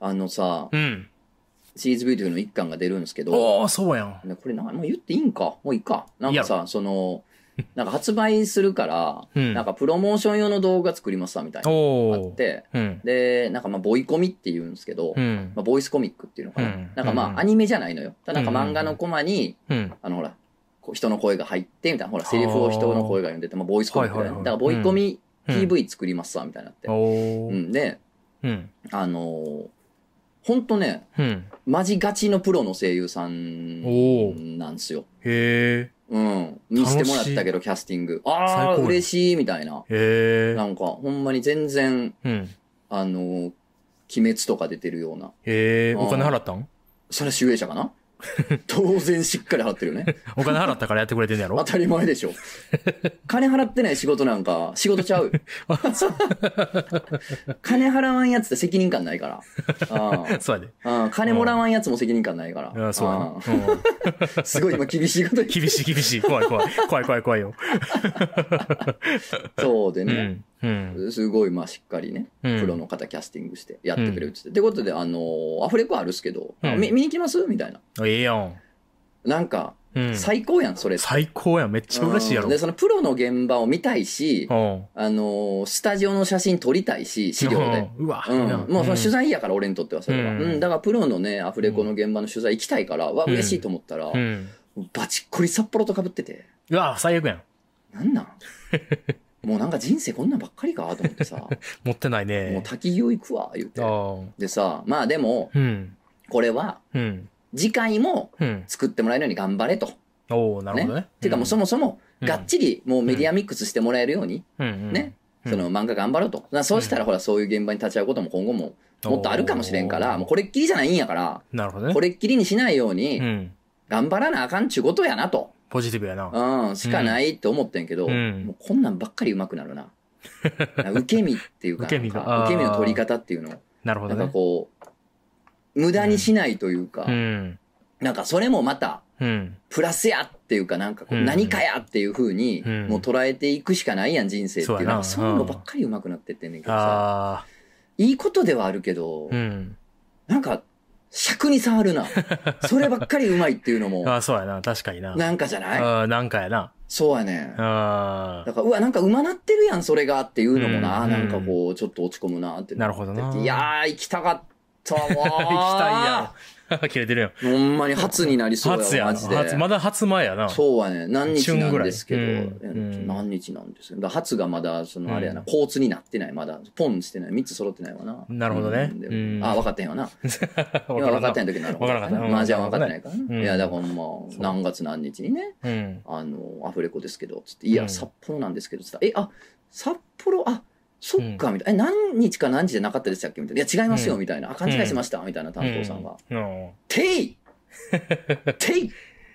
あのさ、うん。シーズビューティフルの一巻が出るんですけど、おお、そうやん。ねこれな、もう言っていいんかもういいか。なんかさ、その、なんか発売するから、うんなんかプロモーション用の動画作りますわ、みたいな。おあっお。て、うん。で、なんかまあ、ボイコミって言うんですけど、うんま。あ、ボイスコミックっていうのかな。うんなんかまうあ、んアニメじゃないのよ。ただなんかうん漫画のコマに、うん。あのほら、こう人の声が入って、みたいな、ほら、セリフを人の声が読んでて、まあ、ボイスコミックだよね。はいはだいはいから、ボイコミうん PV 作りますわ、みたいになってお。うお。ん、で、うん。あのー、ほんとね、うん。マジガチのプロの声優さんおお。なんですよ。へうん。見せてもらったけど、キャスティング。ああ、最高や嬉しい、みたいな。え。へなえ。んか、ほんまに全然、うん。あのー鬼滅とか出てるような。へえ。うんお金払ったんそれは集英社か な当然しっかり払ってるよね。お金払ったからやってくれてんのや 当ろたり前でしょ。金払ってない仕事なんか、仕事ち ゃう。金払わんやつって責任感ない から。そうやで。うんうん金もらわんやつも責任感ないから。あそうやうんな。うんすごい今厳しいこと言っ て厳しい厳しい。怖い怖い。怖い怖い怖いよ。そうでうね、ん。うん。すごいまあしっかりね、うんプロの方キャスティングしてやってくれるっつって。ってことで、あのーアフレコあるっすけど、うんみ見に来ますみたいな。ええやん。なんか、うん。最高やん、それ。最高やん。めっちゃ嬉しいやうんろ。で、そのプロの現場を見たいし、うん。あのースタジオの写真撮りたいし、資料で。うん。うわ。うん、もうその取材。材やから、俺にとってはそれは。う、うんんだからプロのね、アフレコの現場の取材行きたいから、わ、うん嬉しいと思ったら、うん。バチッコリ札幌とかぶってて、うわ、最悪やん。なん なんもうなんか人生こんなんばっかりかと思ってさ、 も持ってないうね。滝行行くわ、言って。ああ。でさ、まあでも、うん。これは、うん。次回もうん。作ってもらえるように頑張れと。おおなるほどね。てかもうそもそも、うんがっちりもうメディアミックスしてもらえるように、うん、うんね、その漫画頑張ろうと。だからそうしたらほら、そういう現場に立ち会うことも今後ももっとあるかもしれんから、もうこれっきりじゃないんやから、なるほどね。これっきりにしないよううに、ん。頑張らなあかんちゅうことやなと。ポジティブやな。うん、しかないって思ってんけど、うんもうこんなんばっかり上手くなる な。受け身っていうか、受け身がなんかあー受け身の取り方っていうのを、なるほなどんかね。こう、無駄にしないというか、うん。なんかそれもまた、うん。プラスやっていうか、なんかこううん何かやっていう風に、うんもう捉えていくしかないやん、人生っていそうう。やななんかそういうのばっかり上手くなってってんねんけどさ、ああ。いいことではあるけどう、ん。なんか、尺に触る な。そればっかりうまいっていうのあも、あ、そうやな。確かにな。なんかじゃないああ、なんかやな。そうやねん。あだから、うわ、なんか馬なってるやん、それがっていうのもな、うんなんかこう、ちょっと落ち込むなって。あ。なるほどな。いやー、行きたかった わー。行行きたいやん。 切れてるやん。いやほんまに初になりそう初ややわ、な。マジで。初、まだ初前やな。そうはね、何日な旬ぐんらいですけど、うんうん何日なんですけど、だから初がまだ、そのあれやな、うん交通になってない、まだ、ポンしてない、3つ揃ってないわな。なるほどねうんでうんあ、分かってへんわな。 わ今から分んかなってへん時になるわからんかったうんマージャン分かってないからうな。んいや、だからもそうう、何月何日にね、うん。あの、アフレコですけど、つって、いうや、ん札幌なんですけど、つったら、え、あ、札幌、あ、そっか、みたいな、え、何日か何時じゃなかったでしたっけみたいな、いや、違いますよ、うんみたいな、あ、勘違いしました、みたいな担当さんが、うん。て いてい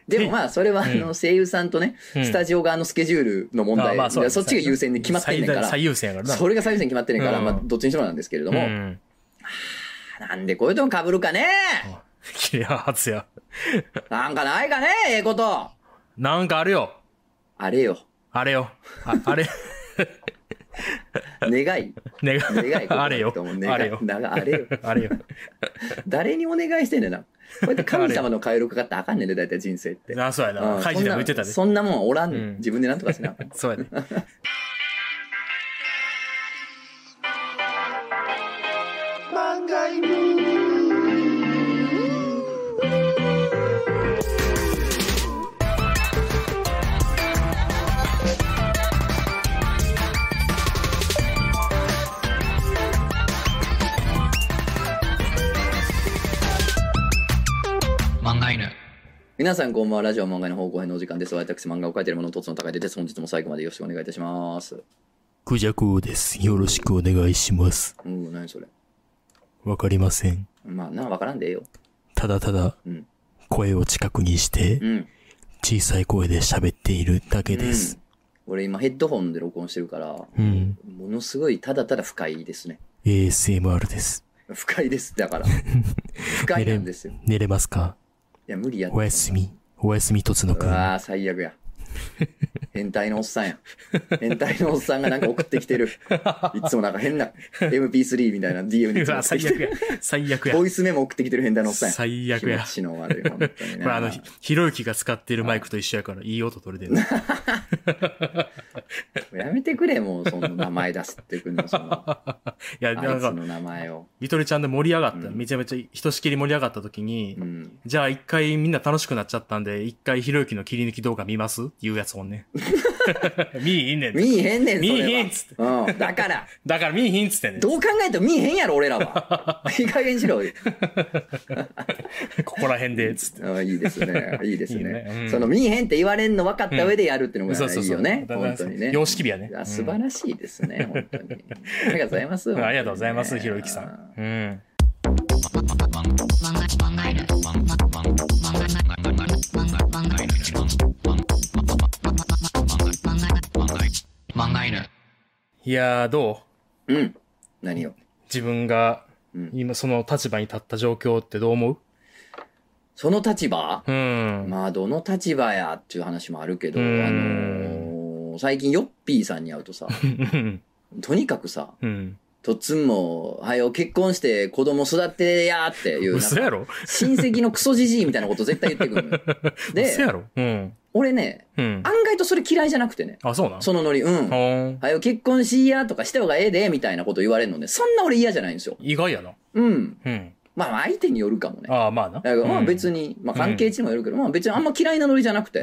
でもまあ、それは、あうの、声優さんとね、スタジジオ側のスケジュールの問題、あまあそうやねそっちが優先で決まってんねんか最大ら、最優先やからな。それが最優先決まってんねんから、うんまあ、どっちにしろなんですけれども、うん。 なんでこういうとも被るかねいや、初や。なんかないかねええこと。なんかあるよ。あれよ、あれよ。ああれ。願い、願 願いい。こと あれだよと思う。。あ願れいよ。なんかあれよ。あれよ。誰にお願いしてんねんな。こうやって神様の回路かかってあかんねんで、大体人生って。あ、そうやうな。んカイジでも言ってたで。そんなそんなもんおらんねん、うん自分でなんとかしな。そうやね。漫画犬皆さんこんばんは、ラジオ漫画の方向編のお時間です。私、漫画を描いているものとつの高いです。本日も最後までよろしくお願いいたします。クジャクです。よろしくお願いします。うん、何それ。わかりません。まあ、な、わからんでええよ。ただただうん、声を近くにしてう、ん。小さい声で喋っているだけです。俺今ヘッドホンで録音してるから、うん。ものすごいただただ不快ですね。 ASMR です。不快です、だ から。不快なんですよ。い寝れますかや、無理やっておやすみ。おやすみとつのくん。ああ、最悪や。変態のおっさんや。変態のおっさんがなんか送ってきて る。いつもなんか変な MP3 みたいな DM にうわ、送って最きて悪る。や。最悪や。ボイスメモ送ってきてる変態のおっさんや。最気悪や持。ちの悪い、本当にね。これあの、ひひろゆきが使ってるマイクと一緒やから、いい音取れてる。やめてくれ、もう、その名前出してくんの、そ の、あいや、いつなんか、の名前を。ゆとりちゃんで盛り上がった。うんめちゃめちゃ、ひとしきり盛り上がった時にう、ん。じゃあ一回みんな楽しくなっちゃったんで、一回ひろゆきの切り抜き動画見ますっていうやつも んね。見いひんねん。見えへんねん、それは。見えへんっつってうん。だから、だから見いひんっつってんねん。どう考えても見えへんやろ、俺ら は。いい加減にしろ。ここら辺で、つって。あいいです ね。いいですね。いいねうんその見えへんって言われんの分かった上でやるっていうのそうがいそういそう。よね。だから本当にね。様式美やね。いや素晴らしいです ね、本当に。ありがとうございます。うんありがとうございます、本当にひろねゆきさん。うん。いやー、どううん。何を。自分がうん今その立場に立った状況ってどう思うその立場、うん。まあ、どの立場やっていう話もあるけど、あうのんー最近ヨッピーさんに会うと さ、とにかくさ、うん。とっつんも、はよ結婚して子供育てやーっていう、なん嘘かやろ親戚のクソじじいみたいなこと絶対言ってくるのよ。で 嘘、やろうん。俺ね、うん。案外とそれ嫌いじゃなくてね、あ、そうなんそのノリ、うん。ほーんはよ結婚しいやとかした方がええで、みたいなこと言われるのね、そんな俺嫌じゃないんですよ。意外やな。うん。うん。まあ相手によるかもね。ああ、まあな。だからまあうん別に、まあ関係値もよるけど、まあ別にあんま嫌いなノリじゃなくて、へ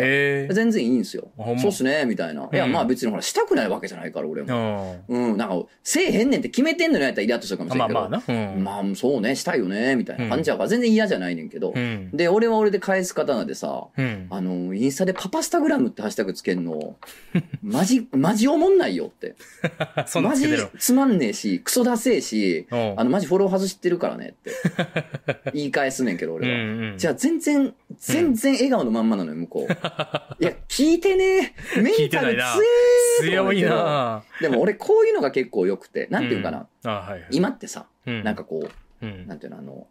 え。全然いいんですよ。あほんまそうっすね、みたいな。いやうんまあ別にほら、したくないわけじゃないから俺うも。ん。うん、なんか、せえへんねんって決めてんのにやったらイラッとするかもしれんまあけど。まあな。うん。まあそうね、したいよね、みたいな感じやから全然嫌じゃないねんけどう。ん。で、俺は俺で返す刀でさ、うん。あの、インスタでパパスタグラムってハッシュタグつけんの、マジ、マジおもんないよって。 そんなマつけジてる。つまんねえし、クソだせえし、うんあの、マジフォロー外してるからねって。 言い返すねんけど、う俺は。んうん。じゃあ全然、全然笑顔のまんまなのよ、向こ う。いや、聞いてねえ。メン聞いてタなルいな強えと思強ういけどなでも俺、こういうのが結構良くて、なんていうかな。あはいはい。今ってさ、今なんか、こう、うんなんていうの、あの、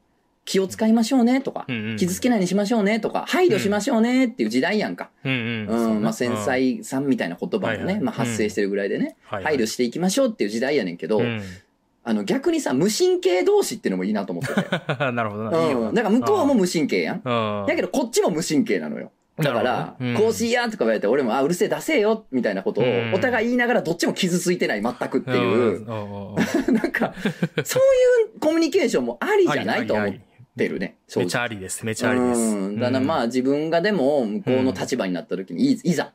気を使いましょうねとか、うんうん傷つけないようにしましょうねとか、配慮しましょうねっていう時代やんか。うんう、うんん。まあ、繊細さんみたいな言葉もはいはいね、まあ、発生してるぐらいでね、配配慮していきましょうっていう時代やねんけど、あの、逆にさ、無神経同士っていうのもいいなと思ってて。 うん。 なるほどな。いいようん。だから向こうも無神経やん。な。うん。だけどこっちも無神経なのよ。だから、こうしいやとか言われて、俺も、あ、うるせえ、出せえよ、みたいなことをうん、お互い言いながらどっちも傷ついてない、全くって いう、う。なんか、そういうコミュニケーションもありじゃないと思ってるね、正めちゃ直。ありです。めちゃありでうん。す。だからまあ自分がでも向こうの立場になった時に、いいざ、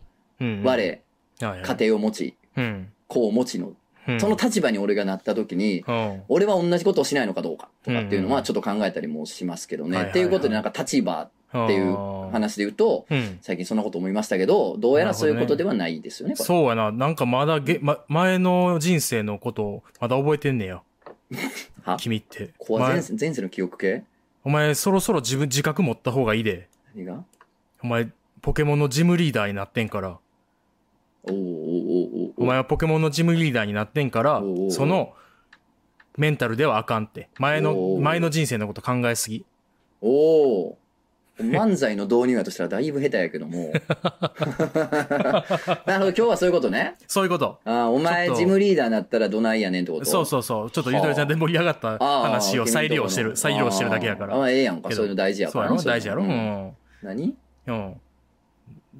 我、我、家庭を持ち、庭。子を持ちの、その立場に俺がなった時に、うん。俺は同じことをしないのかどうかとかっていうのうはんちょっと考えたりもしますけどはいね。はいはいっていうことでなんか立場っていう話で言うと、うん。最近そんなこと思いましたけど、どうやらそういうことではないですよね。これそうやな。なんかまだげ、ま、前の人生のこと、まだ覚えてんねや。 は君って。ここは前世前世の記憶系お前、そろそろ自分、自覚持った方がいいで。何がお前、ポケモンのジムリーダーになってんから。おーおーおーおおー前はポケモンのジムリーダーになってんからおうおうお、うその、メンタルではあかんって。前おうおのう、前の人生のこと考えすぎ。おおー漫才の導入やとしたらだいぶ下手やけど も。 なるほど、今日はそういうことね。そういうこと。あーお前ちょっとジムリーダーになったらどないやねんってことそうそうそう。ちょっとゆとりちゃんで盛り上がったあー話を再利用して君る、んとこの再利用してるだけやかあーあら。ー、ええやんか。けどそういうの大事やそかうらやろな。大事やろうそういうのん。何うん。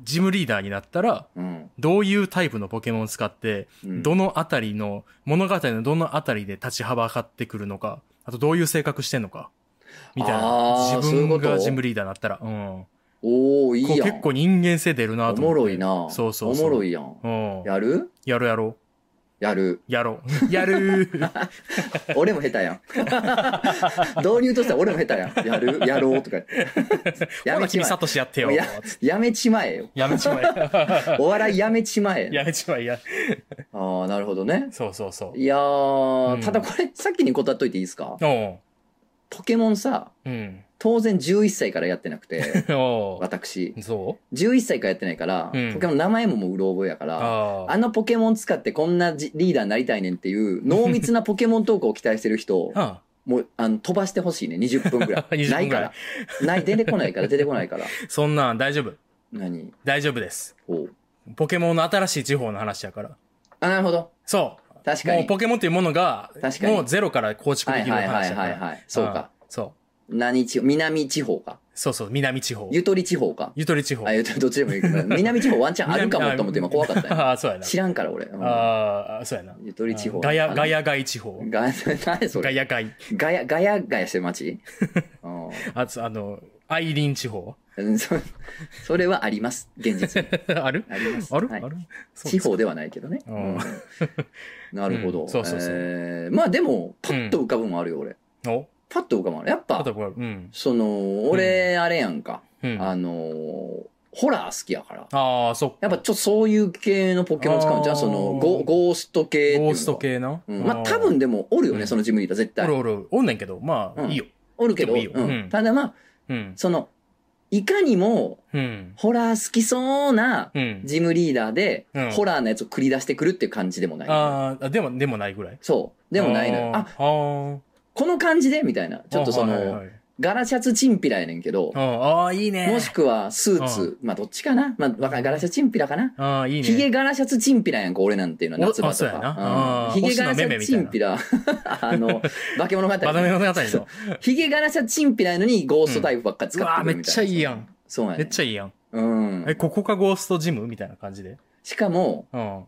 ジムリーダーになったら、うん。どういうタイプのポケモンを使って、うんどのあたりの、物語のどのあたりで立ち幅がってくるのか、あとどういう性格してんのか、みたいあーな。自そういうこ分とがジムリーダーになったら、うん。おおいいこうやん。結構人間性出るなおと思って。もろいな。そうそうそうおもろいやん。うん。やるやろうやろやる。う。やろ う。やるー俺も下手や ん。導入としては俺も下手やん。やるやろう とか言って。やほめなち君まサトシやってよえ。。ややめちまえよ。やめちまえ。 お笑いやめちまえ。やめちまえ。やああ、なるほどね。そうそうそう。いやー、うんただこれ、先に答えといていいですかおポケモンさ、ううん。、当然11歳からやってなくて お私う。そ11歳からやってないから、うんポケモン名前ももううろ覚えやかうら、あああ。、のポケモン使ってこんなじリーダーになりたいねんっていう濃密なポケモントークを期待してる人 あもうあの飛ばしてほしいね、20分ぐ らい。 20な分いぐからいら。ない、出てこないから、出てこないから。そんなん大丈夫。何大丈夫です。おうポケモンの新しい地方の話やから。あ、なるほど。そう。確かにもうポケモンというものが、確かにもうゼロから構築はいできるはいは話いやかはいら。はい。そうか。ん。そう。何地方南地方か。そうそう、南地方。ゆとり地方か。ゆとり地方。あ、ゆとりどっちでもいいけど、南地方ワンチャンあるかもと思って今怖かったよ。 ああ、そうやな。知らんから俺。うんああ、そうやな。ゆとり地方。ガヤ、ガヤ。ヤガイ地方。ガヤ、 何そガれヤガイ。ガヤ、ガヤガヤしてる街うんあつあの、アイリン地方。 うんそ それはあります。現実に。あるあります。あるはいあるそう地です方ではないけどね。うんうんなるほうど。んそうそうそうえーまあでも、パッと浮かぶもあるよ、俺。おパッと浮かぶもある。やっあぱと、は、うん。その、俺、あれやんか。うん、ああのーホラー好きやから。あー、そっやか。っぱちょっとそういう系のポケモン使うんじゃあんーそのゴ、ゴースト系っていうのゴはースト。系な。うん、まあー多分、でもおるよね、うんそのジムにいたら絶お対。るおる、おんねんけど、まあ、うんいいよ。おるけど、いいようんうんただまあ、うん。その、いかにもうん。ホラー好きそうなうん。ジムリーダーで、うんホラーのやつを繰り出してくるっていう感じでもない。あーあ、でも、でもないぐらい。そう。でもないのよ。ああ、ー、この感じでみたいな。ちょっとそあーはいはの、いはいガラシャツチンピラやねんけど、あー、いいね。もしくはスーツ、まあどっちかなまあわかんないガラシャツチンピラかなああ、いいね。ヒゲガラシャツチンピラやんか、俺なんていうのは夏場おあそとうやかな。ううんんヒゲガラシャツチンピラ。 あの、化け物語。バダメの中 にそうの。ヒゲガラシャツチンピラやのにゴーストタイプばっか使ってくるみたいな。うんうわめっちゃいいやん。そうやめねっちゃいいやん。うんえ、。ここかゴーストジムみたいな感じで。しかも、うん。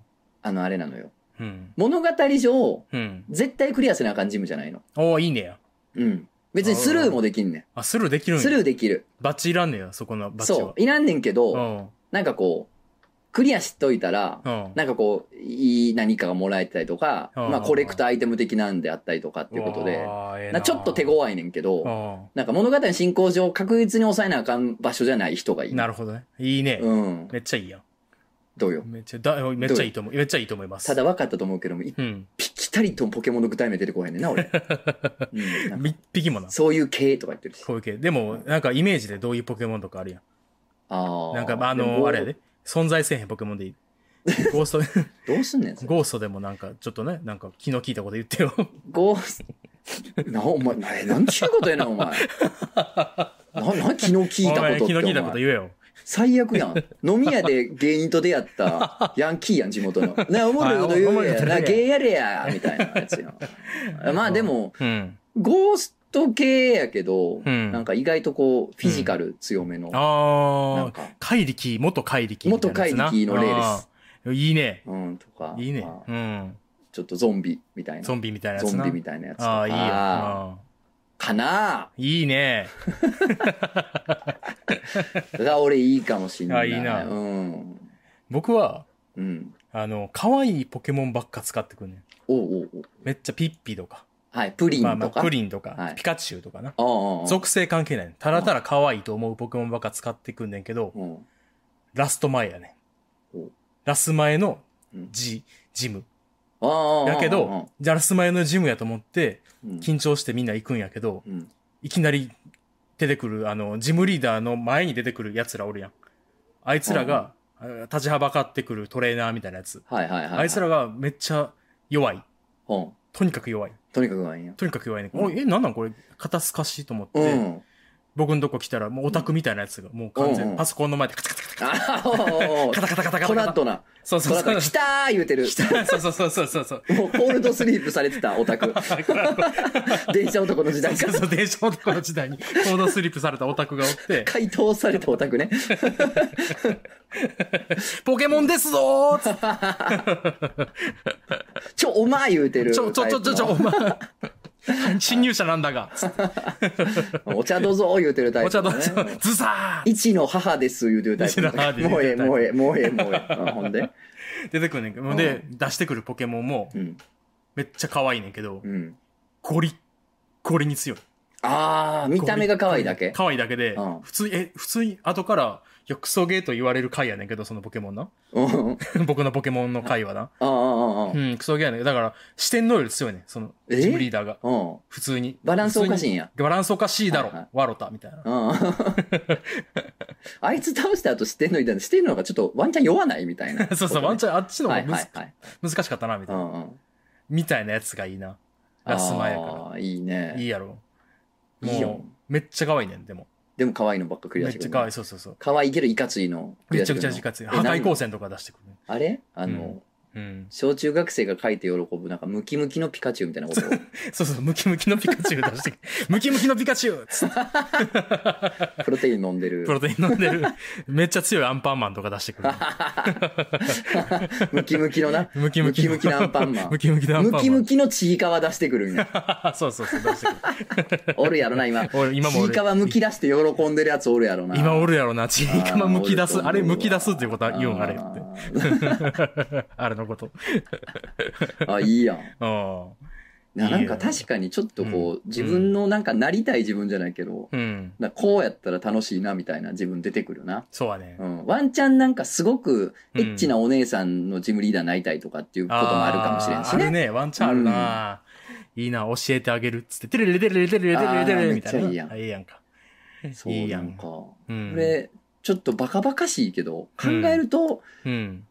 あの、あれなのよ。うん。物語上、うん。絶対クリアせなあかんジムじゃないの。おおいいねや。うん。別にスルーもできんねあ、スルーできるん。んや。スルーできる。バッチいらんねや、そこのバッチは。そう。いらんねんけうど、ん。なんかこう、クリアしといたら、うん。なんかこう、いい何かがもらえたりとか、うんまあコレクトアイテム的なんであったりとかっていうことでう、わーええなちょっと手ご強いねんけど、うなんか物語の進行上確実に抑えなあかん場所じゃない人がいい。ん。なるほどね。いいね。うん。めっちゃいいやん。どうよ。めっちゃ、だめっちゃいいと思う。めっちゃいいと思います。ただ、分かったと思うけども、一うん。匹たりともポケモンの具体名出てこへんねんな、 俺。うんなんか一匹もな。そういう系とか言ってるし。こういう系。でも、なんかイメージでどういうポケモンとかあるやん。ああ。なんか、まああでもの、あれやで。存在せえへんポケモンでいい。ゴースト、 どうすんねん、それゴーストでもなんか、ちょっとね、なんか気の利いたこと言ってよ。ゴースト。な、お前、な、なんちゅうことやな、お 前。な、な、昨日聞いたことって。お前気の利いたこおと前言えよ。最悪やん。飲み屋で芸人と出会ったヤンキーやん、地元の。な、おもろいこと言うやん。な、芸やれや、みたいなやつやん。まあでも、うん。ゴースト系やけど、うんなんか意外とこう、フィジカル強めの。なあんあ、か、怪力、元怪力みたいなやつ元な。怪力の例ですあー。いいね。うん、とか。いいねま。あうん。ちょっとゾンビみたいな。ゾゾンンビみたいなやつな。ビみたいなやつとああ、いいやんか。あかなあー。いいね。が俺いいかもしんない。あいいなうん。僕は、うん。あの、可愛いポケモンばっか使ってくんねん。おうおうおうめっちゃピッピとか、はい、プリンとまか。あまあ、プリンとか、はいピカチュウとかな。ああああ。属性関係ない。ただただ可愛いと思うポケモンばっか使ってくんねんけど、うん。ラスト前やねおん。ラス前のうんジ、ジム。ああああ。やあああけあど、、じゃあラス前のジムやと思って、うん緊張してみんな行くんやけど、うん。いきなり出てくる、あの、ジムリーダーの前に出てくる奴らおるやん。あいつらが、あ立ちはばかってくるトレーナーみたいなやつ。はいはいはいはい。あいつらがめっちゃ弱い。うん。とにかく弱い。とにかくがいいんや。とにかく弱いね。うんおいえ、なんなんこれ、肩透かしと思って、うん。僕んとこ来たら、もうオタクみたいなやつが、もう完全うんうにんパソコンの前でカタカタカタカああ、おうおうおうタカタカタカタカタトラッドな。そうトそうラッドなそう。来たー言うてる。たそうそうそうそうそうそう。もうコールドスリープされてたオタク。電車男の時代そうからそう、電車男の時代に、コードスリップされたオタクがおって、解凍されたオタクね。ポケモンですぞーっつってちょ、お前言うてる。ちょ、ちょ、ちょ、ちょ、ちょ、お前、侵入者なんだが、つってお茶どうぞ言うてるタイおプ茶のどね、うぞ、ずさーっ一の母です言うてるタイプの一の母ですもうええ、言うてるタイプもうええ、もうええ、もうええ。うんほんでて出てくるねんけど、で、出してくるポケモンもう、ん。めっちゃ可愛いねんけど、うん。ゴリッ、ゴリに強い。あー、見た目が可愛いだけ。可愛いだけでうん、普通に、え、普通に後から、いや、クソゲーと言われる回やねんけど、そのポ ケモンな。うん。うん僕のポケモンの回はな。うんうんう。うんん、クソゲーやねんだから、四天王より強いねんその、えジムリーダーが。うん。普通に。バランスおかしいんや普通にバランスおかしいだろはいはい、ワロタ、みたいな。うん。 あいつ倒した後してんのに、してんのがちょっとワンチャン酔わないみたいな。 そうそう、ワンチャンあっちのは方いはがむずいはい。難しかったな、みたういな。んうん。みたいなやつがいいな。ラス前やかあーいいねら。いい。やろ。いいよもう、めっちゃ可愛いねん、でも。でも可愛いのばっか繰り出めっしてちくるゃ可愛、ないそうそうそう。可愛いけどいかついの繰りめ出しちてゃくるくちゃの時間強い。え破壊何光線とか出してくるね。あれあの、うんうん。小中学生が書いて喜ぶなんかムキムキのピカチュウみたいなこと そうそう、ムキムキのピカチュウ出してくる。ムキムキのピカチュウつってプロテイン飲んでプロるテイン飲んでる。めっちゃ強いアンパンマンとか出してくる。ムキムキのなムキムキのムキのアンパンマンムキムキのアンパンムマン。キムキのちいかわ出してくるんやそうそうそう、出してくる。おるやろな今おる今もおちるいかわむき出して喜んでるやつおるやろな今おるやろな、ちいかまむき出す。あーあれ、むき出すっていうことは言うん、あれあっーて。あれのこと。あいいやんうないいなやんか確かにちょっとこう、自分のなんかなりたい自分じゃないけど、ん。うん。なんかこうやったら楽しいなみたいな自分出てくるな、そうはねう。ん、ワンチャンなんかすごくうんエッチなお姉さんのジムリーダーになりたいとかっていうこともあるかもしれんしあーあるねね、ワンチャンあるな。いいな、教えてあげるっつって、てれれれれれれれれれれれれれみたいあーめっちゃな。いいやんあいいやんか。そういいやなんんかこうん。れちょっとバカバカしいけど考えるとうん。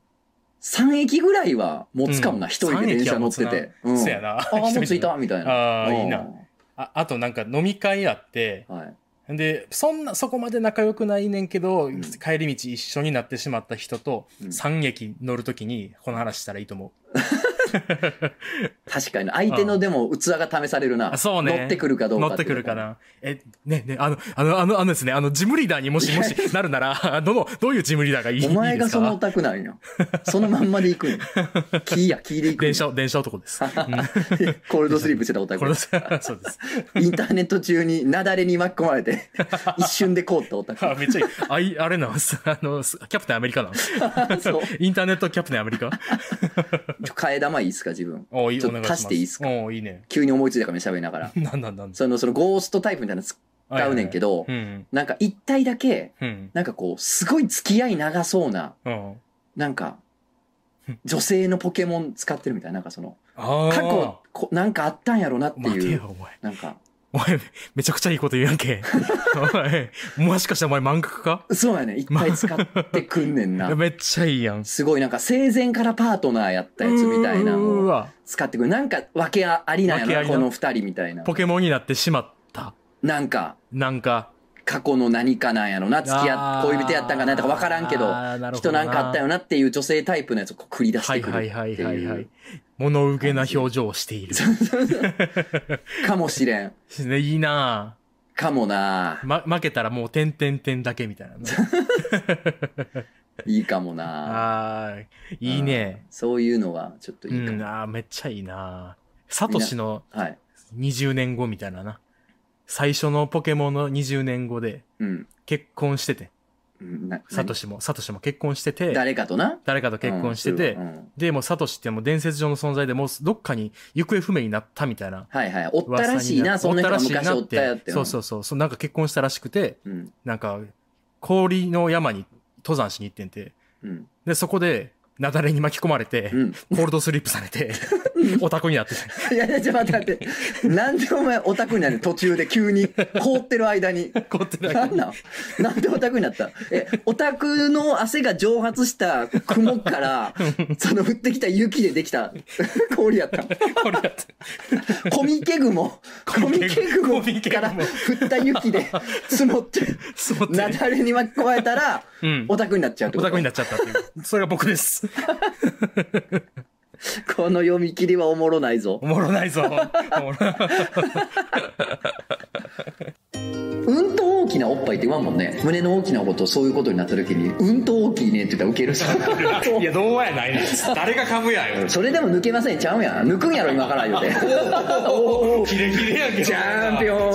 3駅ぐらいは持つかもなうん一、人で電車乗ってて、うんそうやな。ああもう着いたみたいなあーいいなああとなんか飲み会あって、うんはいで、そんな、そこまで仲良くないねんけど、ん帰り道一緒になってしまった人と、うん三駅乗るときに、この話したらいいと思う。確かに相手のでも器が試されるなあそうね乗ってくるかどうか乗ってくるかなな。え、ね、ね、あの、あの、あの、あのですね、あの、ジムリーダーにもしもし なるなら、どの、どういうジムリーダーがいいお前がそいのいオですかタクなんよ。そのまんまで行 くんよ。キーや、キーで行くん電よ。車、電車 男です。うんコールドスリープしてたオタこクれ。です。 そうです。インターネット中に雪崩に巻き込まれ て、一瞬で凍ったオタク。あ、めっちゃいい。あい、あれなんす。あの、すキャプテンアメリカなんそうインターネットキャプテンアメリカちょ替え玉いいっすか、自分。おいい、ちょおっと願いします。足していいっすかおいいね。急に思いついたからね喋りながら。なんなんなんその、そのゴーストタイプみたいなの使使うねんけど。どう、ん。なんか一体だけ、うん。なんかこう、すごい付き合い長そうな、うん。なんか、女性のポケモン使ってるみたいな、なんかその、ああ。過去、こなんかあったんやろなって待ていう、よ、お前。なんか、お前、めちゃくちゃいいこと言うやんけ。お前、もしかしてお前漫画家かそうやね、いっぱい使ってくんねんな。めっちゃいい やん。すごいなんか生前からパートナーやったやつみたいなうーのをわ。使ってくるなんか訳ありなん訳やなありこなの二人みたいなポケモンになってしまった。なんかなんか。過去の何かなんやろな付き合あっー恋人やったんかなんとか分からんけどあーなるほ人どななんかあったよなっていう女性タイプのやつをこう繰り出しはていくるはっいはて。いはいはいいう物憂げな表情をし ている。かもしれんね、いいなかもなぁ。ま、負けたらもう点点点だけみたいなね。 いいかもなあーいいね。そういうのはちょっとういいかん、もあーめっちゃいいなぁ。サトシのはい20年後みたいなな。最初のポケモンの20年後でうん結婚してて。うんなサトシも、サトシも結婚してて、誰誰かとなかと結婚してて、うんうんで、もうサトシってもう伝説上の存在でもうどっかに行方不明になったみたいなはいはいおった噂にな。らしいなそんな人が昔おったやってそうそううそうそう。なんか結婚したらしくて、うんなんか氷の山に登山しに行ってんて。うんで、そこで雪崩に巻き込まれて、うん コールドスリープされて、オタクになってて。いやいや、ちょっと待って待って。なんでお前オタクになるの途中で急に凍ってる間に。凍ってるなんなんなんでオタクになったえ、オタクの汗が蒸発した雲から、その降ってきた雪でできた 氷やった。これやって。コミケ雲。コミケ雲コミケから雲降った雪で積もって、そうっ雪て。崩に巻き込まれたらうん、オタクになっちゃうってオことタクになっちゃったっ ていう。それが僕です。この読み切りはおもろないぞお。もろないぞ。おもろないうんと大きなおっぱいって言わんもんね。胸の大きなこと、そういうことになった時に、うんと大きいねって言ったらウケる さ。 いや、どうやないねん誰が株やよ。それでも抜けませんちゃうやん抜くんやろ今から言うておおキレキレやんけチャンピオン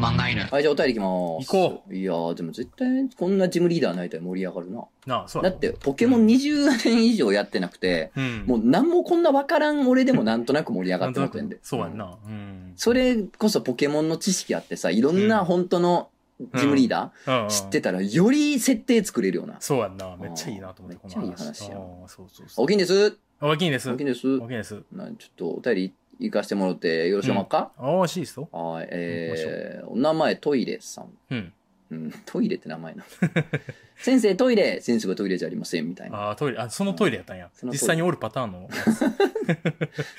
漫画犬。はいじゃあお便りいきます行こういやーでも絶対こんなジムリーダーになりたい盛り上がるななあ、そうだやってポケモン20年以上やってなくて、うんもう何もこんなわからん俺でもなんとなく盛り上がなっんてとも なってんでく。そうやんな。うん。それこそポケモンの知識あってさいろんな本当のジムリーダうんうーん知ってたらより設定作れるようなそうやんな。めっちゃいいなと思って、あこーのめっちゃいい話やあーそうそうそう。大きいんですおきいんです。大おきいきんいですんです。なちょっとお便り行かせてもらってよろしいおまっか、ああ、しいっすよ。はい、えー、お名前トイレさん。うん。うん、トイレって名前なの。 先生トイレ先生はトイレじゃありません、みたいな。ああ、トイレ、あ、そのトイレやったんやそ。のトイレ実際におるパタ ーンの。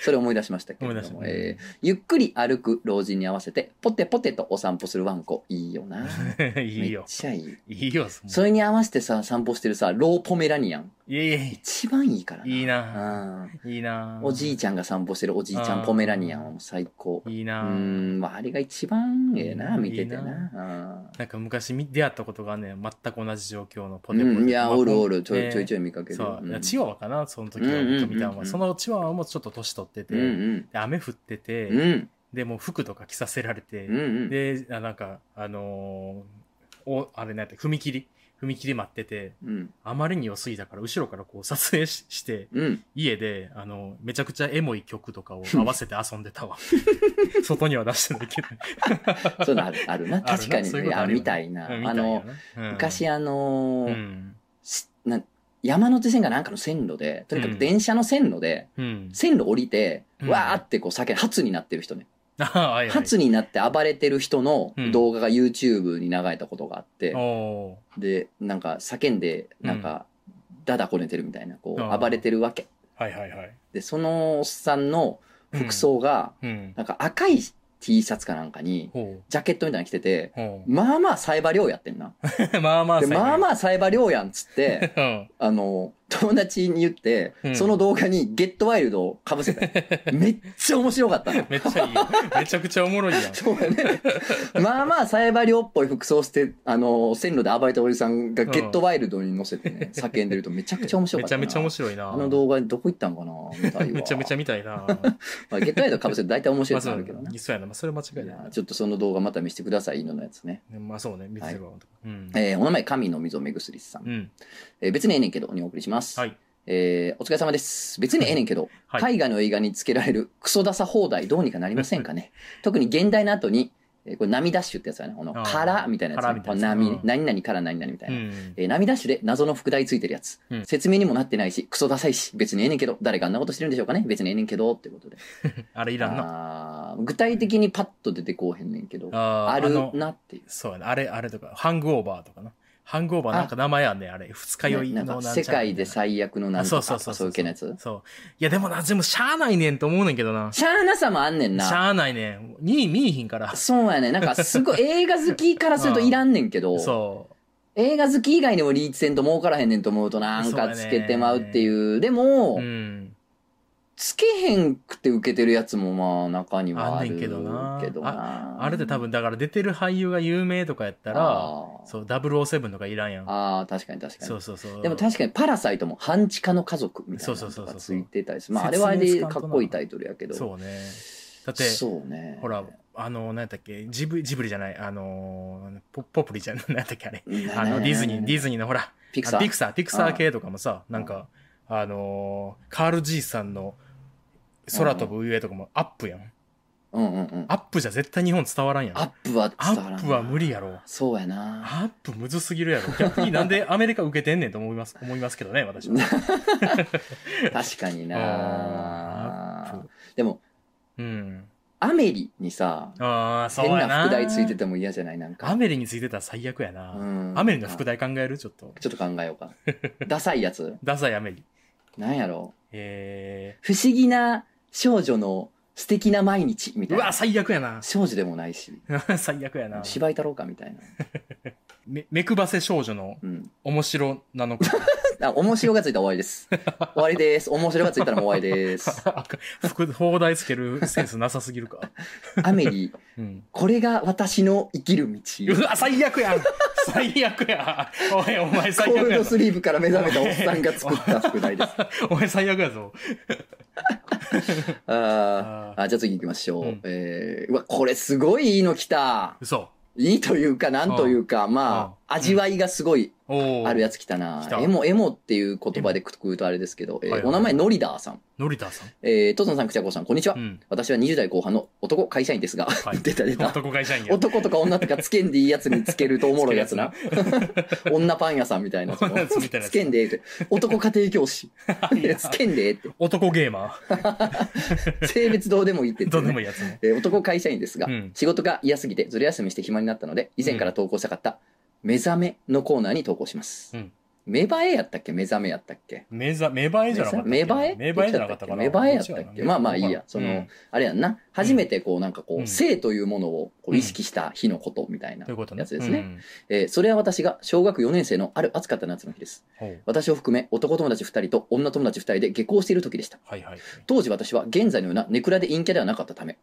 それ思い出しましたけれ思い出どしも、たえーゆっくり歩く老人に合わせて、ポテポテとお散歩するワンコ。いいよな。 いいめっよ。ちゃいい。いいよ、それ。れに合わせてさ、散歩してるさ、ローポメラニアン。いやい一番いいからな。いいなうんや、いいなおじいちゃんが散歩してるおじいちゃあーんポメラニアンはもう最高。いいうなーん、まあ、あれが一番ええな、見てていいな。なんか昔み出会ったことがね、全く同じ状況のポうんテポテ。うん、いや、まあおるおる、ちょねいちょいちょい見かける。そう、んチワワかな、その時うんうんうんうはん見たのは。そのチワワもちょっと年取ってて、うんで雨降ってて、うん。うんで、もう服とか着させられて、うんうん。で、あなんか、あのーお、あれなんて、踏切踏切待ってて、うん。あまりに良すぎたから、後ろからこう撮影しして、うん。家で、あの、めちゃくちゃエモい曲と かを合わせて遊んでたわ。外には出してないけ ど。そうだ、あるあるな。 あるな確かにそういね、うことああるよねみたいな。 うんあ、の、みたいなうん昔あのうー、ん。しな山手線がなんかの線路で、とにかうくん電車の線路で、うん。線路降りて、うんわーってこう叫ん、初になってる人ね。あはいはい初になって暴れてる人のうん動画が YouTube に流れたことがあって、おでなんか叫んでなんか、だだこねてるみたいなこあーう暴れてるわけーはいはいはい。でそのおっさんの服装が、うん。なんか赤い T シャツかなんかにほジャケットみたいなの着ててう。ほまあまあサイバー量やってんなう。まあまあ、でまああ。まあサイバー量やんっつって うん。あの友達に言って、うんその動画にゲットワイルドをかぶせた めっちゃ面白かったのめっちゃいいよ。めちゃくちゃおもろいやん。そうやね。まあまあ、サイバリオっぽい服装して、あの、線路で暴れたおじさんがうんゲットワイルドに乗せてね、叫んでるとめちゃくちゃ面白かめっちたゃな。めちゃ面白いな。あの動画どこ行ったんかな見たいわめちゃめちゃ見たいな。まあ、ゲットワイルド被せて大体面白いそのあうるけどな。そうやな。まあ、それは間違いいないやちょっとその動画また見せてください、ののやつね。ね。まあそうね、水色は。うん。えーお名前、神の溝目薬さん。うん。えー別にええねんけど、にお送りします。はい。えーお疲れ様です。別にええねんけど、はい絵画の映画につけられるクソダサ放題どうにかなりませんか ね特に現代の後に、えーこれ波ダッシュってやつだね。このあーからみたいなやつ殻ね、みたこいのなやつ波、うん何々から何々みたいうな。ん。えー波ダッシュで謎の副題ついてるやつ、うん説明にもなってないしクソダサいし別にええねんけど誰があんなことしてるんでしょうかね別にええねんけどってことであれいらんな。あー具体的にパッと出てこうへんねんけどああーる。のなっていうそうやな。あれ、あれとか、ハングオーバーとかな。ハングオーバーなんか名前あんねんあれ。二日酔いなのんかちゃら世界で最悪のなあんとそうそかうとそうかそういう系のやつそう。いや、でもな、全部しゃあないねんと思うねんけどな。ししゃーなさもあんねんなゃあないねん。見い、見いひんから。そうやねなんかすごい映画好きからするといらんねんけど そう。映画好き以外にもリーチせんと儲からへんねんと思うとなんかつけてまうっていうでも、うん。つけへんくて受けてるやつもまあ中にはああんるねんけけどどななあれで多分、だから出てる俳優が有名とかやったら、あーそう、007とかいらんやん。あー確かに確かにそうそうそう。でも確かに「パラサイト」も「半地下の家族」みたいなそうのそうそうがそうついてたりするまああれ説明はあれでつかんかとなっこいいタイトルやけどそうね。だって、そうねほら、あの、何やったっけ、ジブリ、ジブリじゃない、あのー、ポポプリじゃない、何やったっけ、あれ。あの、ディズニー、ディズズニーのほら、ピクサあーピクサー、ピクサー系とかもさ、なんか、あのーカール爺さんの空飛ぶ上とかもアップやん。うんうんうんアップじゃ絶対日本伝わらんやん。アップはア伝わらんなップは無理やろ。そうやなアップむずすぎるやろ。逆になんでアメリカ受けてんねんと思います、 思いますけどね、私は。確かにあーアッなプでもうん。アメリにさああ、そう変やな。な副題ついてても嫌じゃないなんアかメリについてたら最悪やな。うんアメリの副題考えるちょっと。ちょっと考えようか ダサいやつダサいアメリ。なんやろえ不思議な少女の素敵な毎日みー、たういなわ、最悪やな。 少女でもないし最悪やな。芝居太郎かみたいなめ、目くばせ少女のうん面白なの か。あ、面白がついたら終わり です。終わりです。面白がついたらもう終わりです。副放題つけるセンスなさすぎるか。アメリ、うん。これが私の生きる道。 うわ、最悪やん最悪やおい、お前コ最ー悪ルやドぞス。リーブから目覚めたおっさんが作った副題 です。お前最悪やぞ。あーあ、じゃあ次行きましょう。うんえーうわ、これすごいいいの来た。嘘。いいというか、なんというか、まあ、うん味わいがすごいおお。あるや。つ来たな来。たエモ、エモっていう言葉でくくるとあれですけど、えーはいはいお名前、ノリダーさん。ノリターさん。えー、トトンさん、クチャコさん、こんにちは。うん。私は20代後半の男会社員ですが、はい 出た出た。男会社員や。男とか女とかつけんでいいやつにつけるとおもろいやつな。 女パン屋さんみたいなやつも。女やつみたいなやつつけんでええって。男家庭教師。つけんでええって。男ゲーマ性別どうでもいいって ー。言どっうてでね、もいいやつね。えー男会社員ですが、うん仕事が嫌すぎてずる休みして暇になったので、以前から投稿したかった、目覚めのコーナーに投稿します。うん芽生えやったっけ目覚めやったっけ目ざ芽生えじゃなかったっけ芽生え芽生えじゃなかったかな芽生えやったっけまあまあいいやそのうんあれやんな。初めてこうなんかこう、うん性というものをこう意識した日のことみたいなということねやつですね。えーそれは私が小学4年生のある暑かった夏の日です。うんほう私を含め男友達2人と女友達2人で下校している時でした。はいはい当時私は現在のようなネクラで陰キャではなかったため、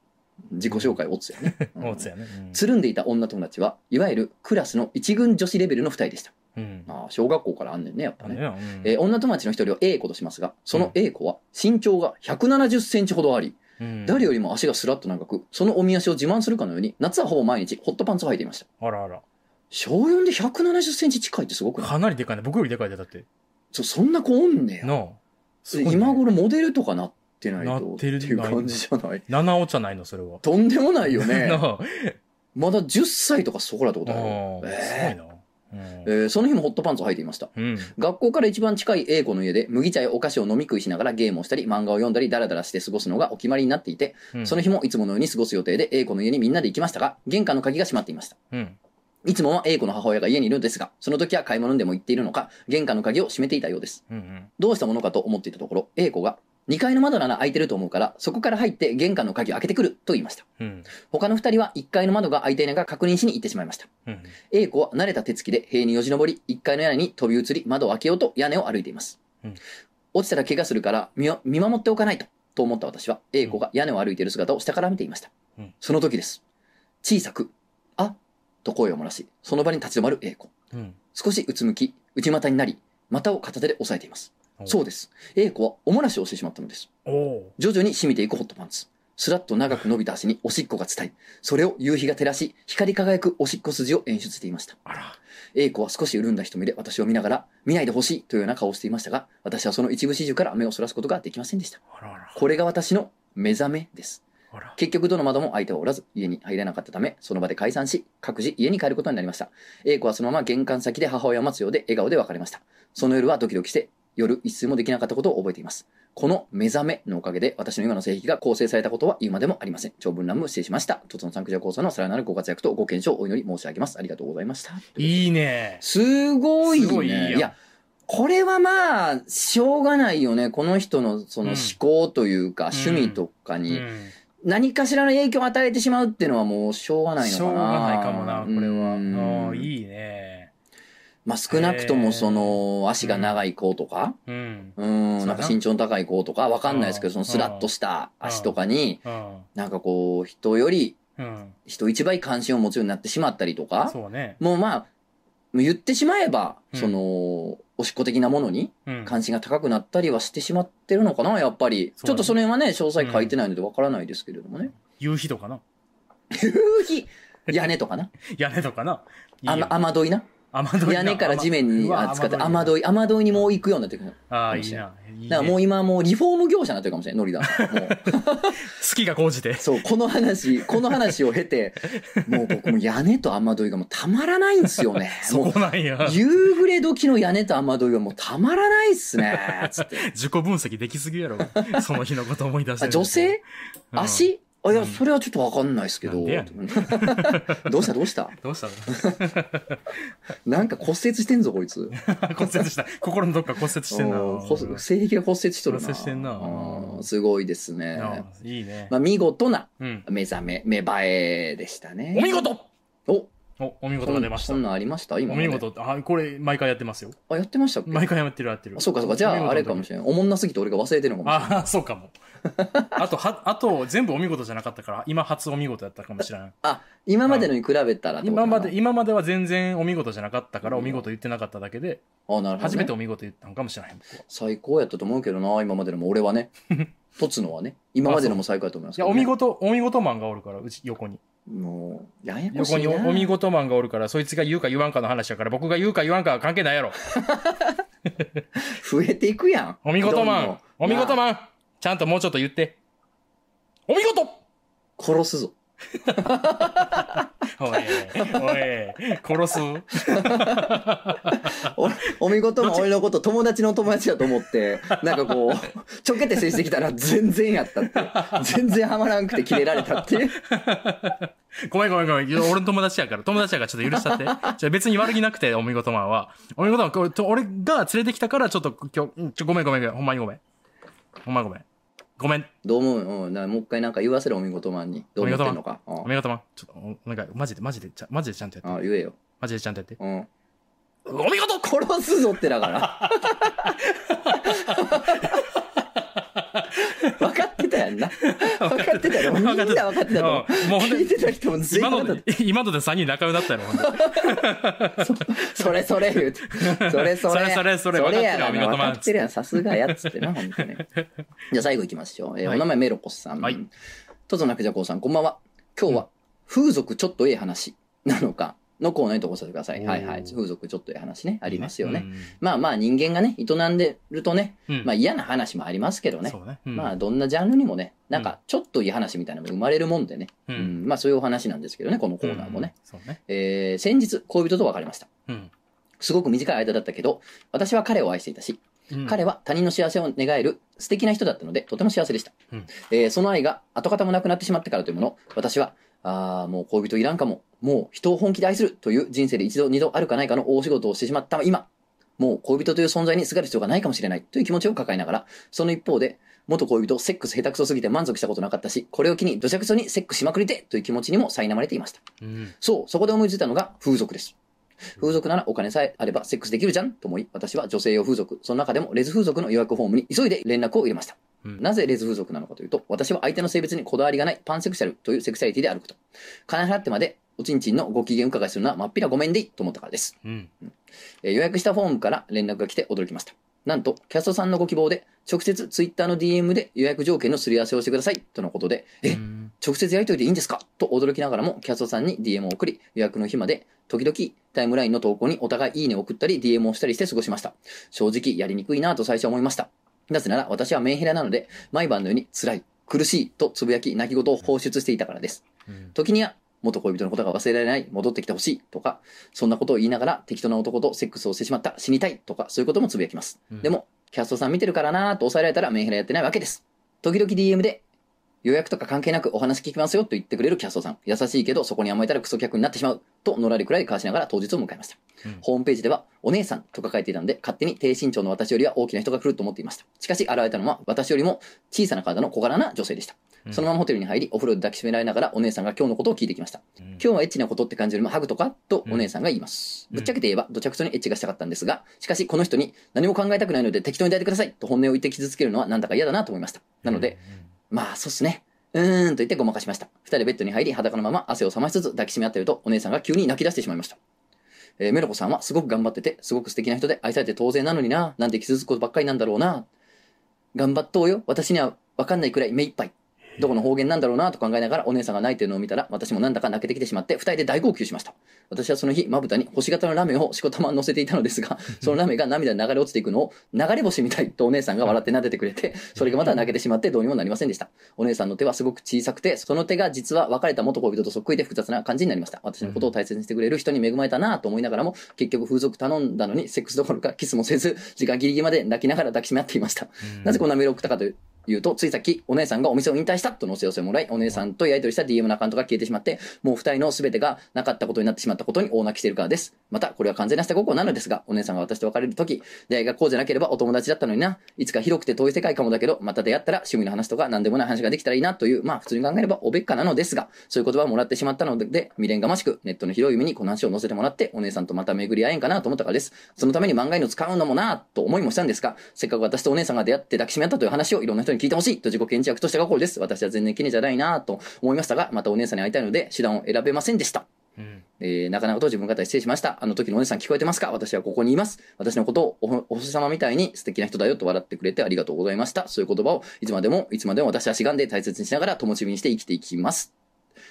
自己紹介オツ やね。うん大津やねうんつるんでいた女友達は、いわゆるクラスの一軍女子レベルの2人でした。うんああ、小学校からあんねんね、やっぱなんねで。なうんえー女友達の一人を A 子としますが、その A 子は身長が170センチほどあり、うん誰よりも足がスラッと長く、そのおみ足を自慢するかのように、夏はほぼ毎日ホットパンツを履いていました。あらあら小4で170センチ近いってすごくないかなりでかいね僕よりでかいでだってそそんな子おんねや。なあすごいね今頃モデルとかなってないとなってるっていう感じじゃない。七尾じゃないのそれはとんでもないよ なね。あまだ10歳とかそこらってことだよあ。あすごいえなうんーえーその日もホットパンツを履いていました。うん学校から一番近い A 子の家で麦茶やお菓子を飲み食いしながらゲームをしたり漫画を読んだりダラダラして過ごすのがお決まりになっていてうんその日もいつものように過ごす予定で A 子の家にみんなで行きましたが、玄関の鍵が閉まっていました。うんいつもは A 子の母親が家にいるんですが、その時は買い物にでも行っているのか、玄関の鍵を閉めていたようです。うんうんどうしたものかと思っていたところ、A 子が、2階の窓なら開いてると思うから、そこから入って玄関の鍵を開けてくると言いました。うん他の2人は1階の窓が開いていないか確認しに行ってしまいました。うん A 子は慣れた手つきで塀によじ登り、1階の屋根に飛び移り、窓を開けようと屋根を歩いています。うん落ちたら怪我するから見よ見守っておかないと、と思った私は A 子が屋根を歩いている姿を下から見ていました。うんその時です。小さく、あと声を漏らし、その場に立ち止まる A 子。うん少しうつむき、内股になり、股を片手で押さえています。おそうです。A 子はお漏らしをしてしまったのです。おお徐々に染みていくホットパンツ。スラッと長く伸びた足におしっこが伝い、それを夕日が照らし、光り輝くおしっこ筋を演出していました。あら A 子は少し潤んだ瞳で私を見ながら、見ないでほしいというような顔をしていましたが、私はその一部始終から目をそらすことができませんでした。あらあらこれが私の目覚めです。あら結局どの窓も開いてはおらず、家に入れなかったため、その場で解散し、各自家に帰ることになりました。A 子はそのまま玄関先で母親を待つようで笑顔で別れました。その夜はドキドキして、夜一睡もできなかったことを覚えています。この目覚めのおかげで私の今の性癖が構成されたことは言うまでもありません。長文乱文失礼しました。とつの三九条構想のさらなるご活躍とご健勝をお祈り申し上げます。ありがとうございました。いいねすごいね。すごいいいやんや、これはまあ、しょうがないよね。この人のそのうん思考というか、趣味とかうにん何かしらの影響を与えてしまうっていうのはもうしょうがないのしかな。ょうがないかもなこれはあうあんいいねまあ少なくともその足が長い子とか、うんうん、そうなんやなか身長の高い子とかわかんないですけど、うんそのスラッとした足とかに、うんなんかこう人より、うん人一倍関心を持つようになってしまったりとか、そうねもうまあ、言ってしまえば、うんその、おしっこ的なものにうん関心が高くなったりはしてしまってるのかな、やっぱり。そうちょだねっとその辺はね、詳細書いてないのでわからないですけれどもね。夕日とかな夕日屋根とか な。屋根とかな雨あ雨どいな。雨どいな屋根から地面にうわ使って、雨どい、雨どいにもう行くようになってくる。かああもいいしれな。いいだからもねう今はもうリフォーム業者になってるかもしれない、ノ リダンさん。もう好きが高じて。そう、この話、この話を経 て、もう僕も屋根と雨どいがもうたまらないんですよね。 そもうこなんや。夕暮れ時の屋根と雨どいはもうたまらないっすね。つ って。自己分析できすぎ やろ。その日のこと思い出してある。女性うん足あいうや、んそれはちょっとわかんないですけなどんでや。どうしたどうしたどうしたなんか骨折してんぞ、こいつ。の 骨折した。心のどっか骨折してんな。うん骨性癖が骨折しとるな。骨折してんなうんすごいですあね。あいいねま。あ、見事なうん。目覚め、芽生えでしたね。お見事おお、お見そ事んが出ましたそ。んなんありました今おまで見事。あ、これ、毎回やってますよ。あ、やってましたっけ毎回やってる、やってるあ。そうかそうか。じゃあ、あれかもれしれない。おもんなすぎて俺が忘れてるのかもしれない。ああ、そう かも。あと、は、あと、全部お見事じゃなかったから、今初お見事やったかもしれない。あ、今までのに比べたらってことか今なまで、今までは全然お見事じゃなかったから、お見事言ってなかっただけで、あ、なるほどね。初めてお見事言ったんかもしれない。僕は最高やったと思うけどな、今までのも俺は ね。とつのはね。今までのも最高やと思いますけいや、どおね、見事、お見事マンがおるから、うち、横に。もう、ややこしい横な。におお見事マンがおるから、そいつが言うか言わんかの話やから、僕が言うか言わんかは関係な いやろ。増えていくやん。お見事マどんどンん、お見事なあマン、ちゃんともうちょっと言って。お見事殺すぞ。おい、おい、殺す。おお見事マン、俺のこと友達の友達だと思って、なんかこ う、ちょけて接してきたら全然やったって。全然ハマらんくてキレられたっていう。ごめんごめんごめん。俺の友達やから、友達やからちょっと許したって。じゃあ別に悪気なくて、お見事マンは。お見事マンこれ、と俺が連れてきたから、ちょっと今日うん、ちょ、ごめんごめんごめん。ほんまにごめん。ほんまごめん。ごめん。どう思ううん。だからもう一回なんか言わせろ、お見事マンに。どう思ってんのか。おう見事マン。ちょっとお、お願い。マジで、マジで、ちゃマジでちゃんとやって。ん。あ言えよ。マジでちゃんとやって。うん。お見事殺すぞってだ から。分かってたやんな。分かってたよ。みんな分かってたと思ううんもうほんと聞いてた人も全員今分のかってで、今ので3人仲良くなったやろ、ほんでた。それそ れ言うて。それそれ。それそれそれそれや分かってるな。よ分かってるやん。さすがやっつってな、本当 に。じゃあ最後いきましょう。えーはいお名前メロコスさん。はいとぞなくじゃこうさん、こんばんは。今日は、風俗ちょっとええ話なのか、のコーナーにとごさせてください。おーはいはい。風俗ちょっとええ話 ね。ありますよね。。うんまあまあ人間がね、営んでるとね、うんまあ嫌な話もありますけどね。そうね。うんまあどんなジャンルにもね、なんかちょっといい話みたいなのも生まれるもんでね。うんうんまあそういうお話なんですけどね、このコーナーもね。。うんそうね。えー先日恋人と別れました。うんすごく短い間だったけど、私は彼を愛していたし、うん彼は他人の幸せを願える素敵な人だったので、とても幸せでした。うんえーその愛が跡形もなくなってしまってからというもの、私は、ああ、もう恋人いらんかも、もう人を本気で愛するという人生で一度二度あるかないかの大仕事をしてしまった今、もう恋人という存在にすがる必要がないかもしれないという気持ちを抱えながら、その一方で、元恋人、セックス下手くそすぎて満足したことなかったし、これを機に土着そにセックスしまくりてという気持ちにも苛まれていました。うんそう、そこで思いついたのが風俗です。風俗ならお金さえあればセックスできるじゃんと思い、私は女性用風俗、その中でもレズ風俗の予約フォームに急いで連絡を入れました。うんなぜレズ風俗なのかというと、私は相手の性別にこだわりがないパンセクシャルというセクシャリティであること。金払ってまで、おちんちんのご機嫌伺いするのはまっぴらごめんでいいと思ったからです。うんえー予約したフォームから連絡が来て驚きました。なんと、キャストさんのご希望で、直接 Twitter の DM で予約条件のすり合わせをしてくださいとのことで、え、うん直接やりとりでいいんですかと驚きながらもキャストさんに DM を送り予約の日まで時々タイムラインの投稿にお互いいいねを送ったり DM をしたりして過ごしました正直やりにくいなと最初は思いましたなぜなら私はメンヘラなので毎晩のように辛い苦しいとつぶやき泣き言を放出していたからですうん時には元恋人のことが忘れられない戻ってきてほしいとかそんなことを言いながら適当な男とセックスをしてしまった死にたいとかそういうこともつぶやきますうんでも、キャストさん見てるからなーと抑えられたらメンヘラやってないわけです。時々 DM で、予約とか関係なくお話聞きますよと言ってくれるキャストさん。優しいけど、そこに甘えたらクソ客になってしまう。と、のらりくらい交わしながら当日を迎えました。うんホームページでは、お姉さんとか書いていたので、勝手に低身長の私よりは大きな人が来ると思っていました。しかし、現れたのは、私よりも小さな体の小柄な女性でした。うんそのままホテルに入り、お風呂で抱きしめられながら、お姉さんが今日のことを聞いてきました。うん今日はエッチなことって感じよりもハグとかとうんお姉さんが言います。うんぶっちゃけて言えば、どちゃくちゃにエッチがしたかったんですが、しかしこの人に何も考えたくないので適当に抱いてくださいと本音を言って傷つけるのはなんだか嫌だなと思いました。なので、、まあそうっすね。うーんと言ってごまかしました。二人ベッドに入り、裸のまま汗を冷ましつつ抱きしめ合っていると、お姉さんが急に泣き出してしまいました。えーメロコさんはすごく頑張ってて、すごく素敵な人で愛されて当然なのにな、なんて傷つくことばっかりなんだろうな。頑張っとうよ。私にはわかんないくらい目いっぱい。どこの方言なんだろうなと考えながらお姉さんが泣いてるのを見たら私もなんだか泣けてきてしまって二人で大号泣しました私はその日まぶたに星型のラメをしこたま乗せていたのですがそのラメが涙で流れ落ちていくのを流れ星みたいとお姉さんが笑って撫でてくれてそれがまた泣けてしまってどうにもなりませんでしたお姉さんの手はすごく小さくてその手が実は別れた元恋人とそっくりで複雑な感じになりました私のことを大切にしてくれる人に恵まれたなと思いながらも結局風俗頼んだのにセックスどころかキスもせず時間ギリギリまで泣きながら抱きしめ合っていましたなぜこんの、なメールを送ったかというと、ついさっき、お姉さんがお店を引退したとのお知らせをもらい、お姉さんとやり取りした DM のアカウントが消えてしまって、もう二人の全てがなかったことになってしまったことに大泣きしているからです。また、これは完全な下心なのですが、お姉さんが私と別れるとき、出会いがこうじゃなければお友達だったのにな、いつか広くて遠い世界かもだけど、また出会ったら趣味の話とか何でもない話ができたらいいなという、まあ普通に考えればおべっかなのですが、そういう言葉をもらってしまったので、未練がましく、ネットの広い海にこの話を載せてもらって、お姉さんとまた巡り合えんかなと思ったからです。そのために漫画の使うのもなぁと思いもしたんですが、せっかく私とお姉さんが出会って抱きしめ合ったという話をいろんな人に聞いてほしいと自己顕示役とした心です。私は全然キネじゃないなぁと思いましたが、またお姉さんに会いたいので手段を選べませんでした。うんえーなかなかと自分方失礼しました。あの時のお姉さん聞こえてますか私はここにいます。私のことをおほお星様みたいに素敵な人だよと笑ってくれてありがとうございました。そういう言葉をいつまでもいつまでも私はしがんで大切にしながら友ちびにして生きていきます。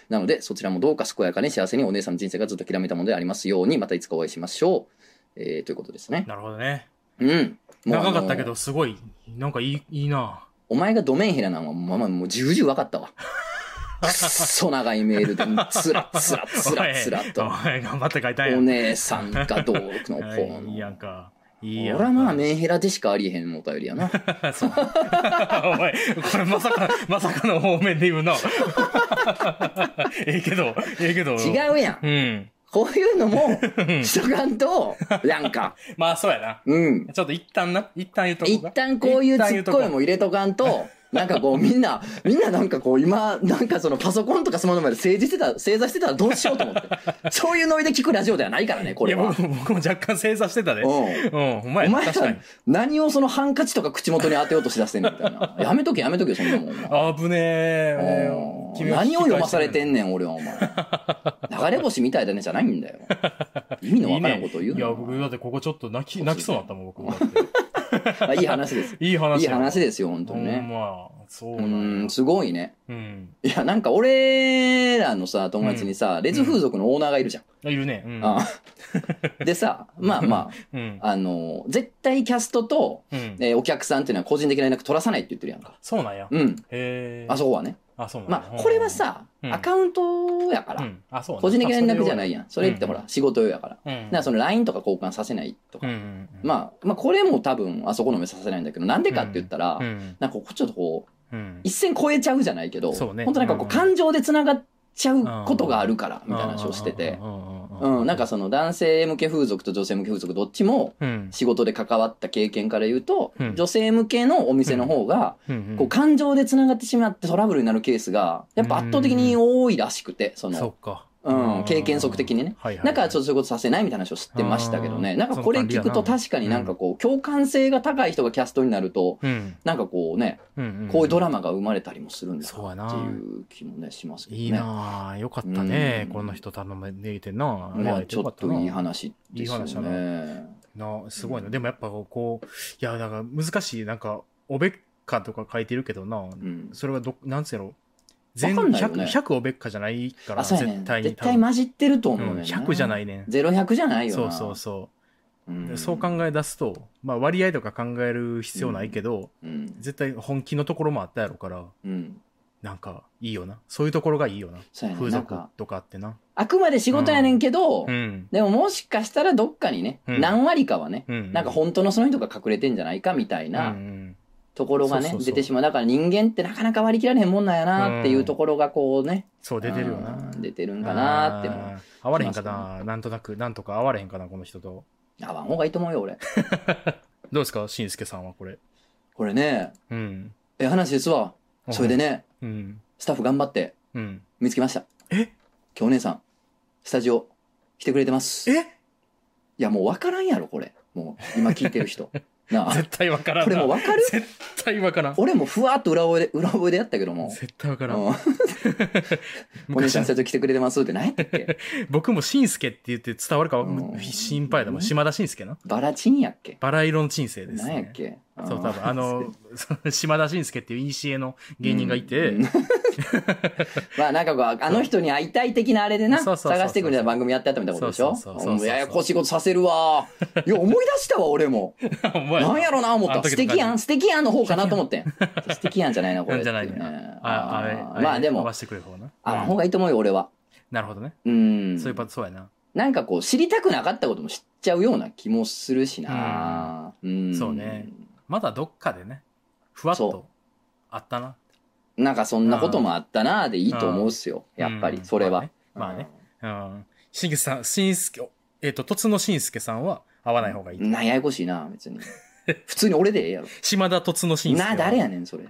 なのでそちらもどうか健やかに幸せにお姉さんの人生がずっときらめたものでありますようにまたいつかお会いしましょう。えーということですね。なるほどね。うん。もう長かったけあのど、すごい、なんかいい、いいなお前がドメンヘラなのは、まあまあ、もう重々分か ったわ。くっそ長いメールで、つらつらつらつらおと。いおい頑張って書いたんやお姉さんがどうのこう はいいいやのん。か。いや俺はまあ、メンヘラでしかありえへんお便りやな。 そう お前、これまさか、まさかの方面で言うな。 ええけど、ええけど。違うやん。うん。こういうのも、しとかん と、なんか、まあ、そうやな。うん。ちょっと一旦な、一旦言うとこ一うか旦こういうツ一旦言ッとコこミも入れとかん と、なんかこうみんな、みんななんかこう今、なんかそのパソコンとかスマホの前で正座してた、正座してたらどうしようと思って。そういうノリで聞くラジオではないからね、こいれや、は。僕も僕も若干正座してたで。ううんん、お前おやな、前ら確かに。何をそのハンカチとか口元に当てようとしだしてんねんみたいな。やめとけやめとけよ、そんなもんお前。あぶねえうん。君は引き何を返読まされてるんねん、俺は、お前。流れ星みたいだねじゃないんだよ。意味のわからんことを言ういいねいや、の僕、だってここちょっと泣き、泣きそうだったもん、僕。だっていいい話です。いい話。いい話で。ですよ、本当ほにんね。ま、そううなんーやん、すごいね。うん。いや、なんか俺らのさ、友達にさ、レズ風俗のオーナーがいるじゃん。いるね。うん。あ あでさ、まあまうん。あ、あの、絶対キャストと、うん。えーお客さんっていうのは個人的な連絡取らさないって言ってるやんか。そうなんや。うん。へえ。あそこはね。あ、そうなんやまあ、これは、さ、うんアカウントやかうら、ん。あ、そうね。個人的な連絡じゃないいやん。それってほら、仕事用やから。だうかん。らその LINE とか交換させないとうか。ん。あ、まあ、まあ、これも多分、あそこの目させないんだけど、なんでかって言ったらう、ん。なんかこうちょっとこう、うん。一線超えちゃうじゃないけど、そうね本当なんかこううん感情でつながっちゃうことがあるから、みたいな話をしててう、ん。ううん、なんか、その男性向け風俗と女性向け風俗どっちもうん。仕事で関わった経験から言うと、うん女性向けのお店の方が、うんこう感情でつながってしまってトラブルになるケースが、やっぱ圧倒的に多いらしくて、そその、っか。うん、経験則的にね。はいはい。だからちょっとそういうことさせないみたいな話を知ってましたけどあね。ーなんかこれ聞くとそうかリアルな確かになんかこう、共感性が高い人がキャストになると、うん。なんかこうね、うんんこういうドラマが生まれたりもするんですそうやなっていう気もね、しますけどね。いいなあよかったね、うんこの人頼まれてなあれまはあ、よちょかったとないい話ですよいい話だね。なあすごいなでもやっぱこういやだから難しいなんかおべっかとか書いてるけどな、うん。それはどなんつうやろ全わかんないよ 100, ね100おべっかじゃないからあ、そうやね絶。対に絶多分対混じってるとう思うんね。。100じゃないいねゼロ百じゃないよそうな。そうそうう、ん。そう考え出すと、まあ、割合とか考える必要ないけど、うん。絶対本気のところもあったやろからうん。なんかいいよなそういうところがいいよなそうやね。風なん俗か、とかってなあくまで仕事やねんけど、うんでももしかしたらどっかにね、うん何割かはね、うんなんか本当のその人が隠れてんじゃないかみたいな、うんうんところがねそうそうそう出てしまうだから人間ってなかなか割り切られへんもんなんやなっていうところがこうね、そう出てるよなうん出てるんかなってもあー会われへんかな、なんとなく、なんとか会われへんかな、この人と。合わん方がいいと思うよ俺どうですか、しんすけさんはこれ。これねうん。ええ話ですわそれでねうん。スタッフ頑張ってうん。見つけましたえ今日お姉さんスタジオ来てくれてますいえやもう分からんやろこれもう今聞いてる 人なあ絶対わからんな。これもう分かる絶対わからん。俺もふわっと裏声で裏声でやったけども絶対わからん。うんお姉昔さんスタジオ来てくれてますって何やったっ け僕もしんすけって言って伝わるかうん心配だもん。島田しんすけな。バラチンやっけバラ色の人生です、何やっね。けそう、多分、あの、 そう島田しんすけっていういいしえの芸人がいて、うん まあなんかこうあの人に会いたい的なあれでなそうそうそうそう探してくれた番組やってやったみたいなことでしょそうそうそううそうそうんややこしいことさせるわいや思い出したわ俺も お前なんやろな思っあのた時素の感じ敵やん素敵やんの方かなと思ってん素敵やんじゃないなこれじゃないってねう。あ、あれ、ああーれまあで合もわせてくれる方な。あのう方んがいいと思うよ俺はなるほどね。うんそういうパそうやな。なんかこう知りたくなかったことも知っちゃうような気もするしなうんそうねまだどっかでね、ふわっそうとあったな。なんかそんなこともあったなでいいと思うっすよやっぱうりんそれは。まあね。まあねうん。しんすけさん、しんすけ、えっ、と、とつのしんすけさんは会わない方がいい。なややこしいな別に 普通に俺でええやろ島田とつのしんすけは。な誰やねんそれ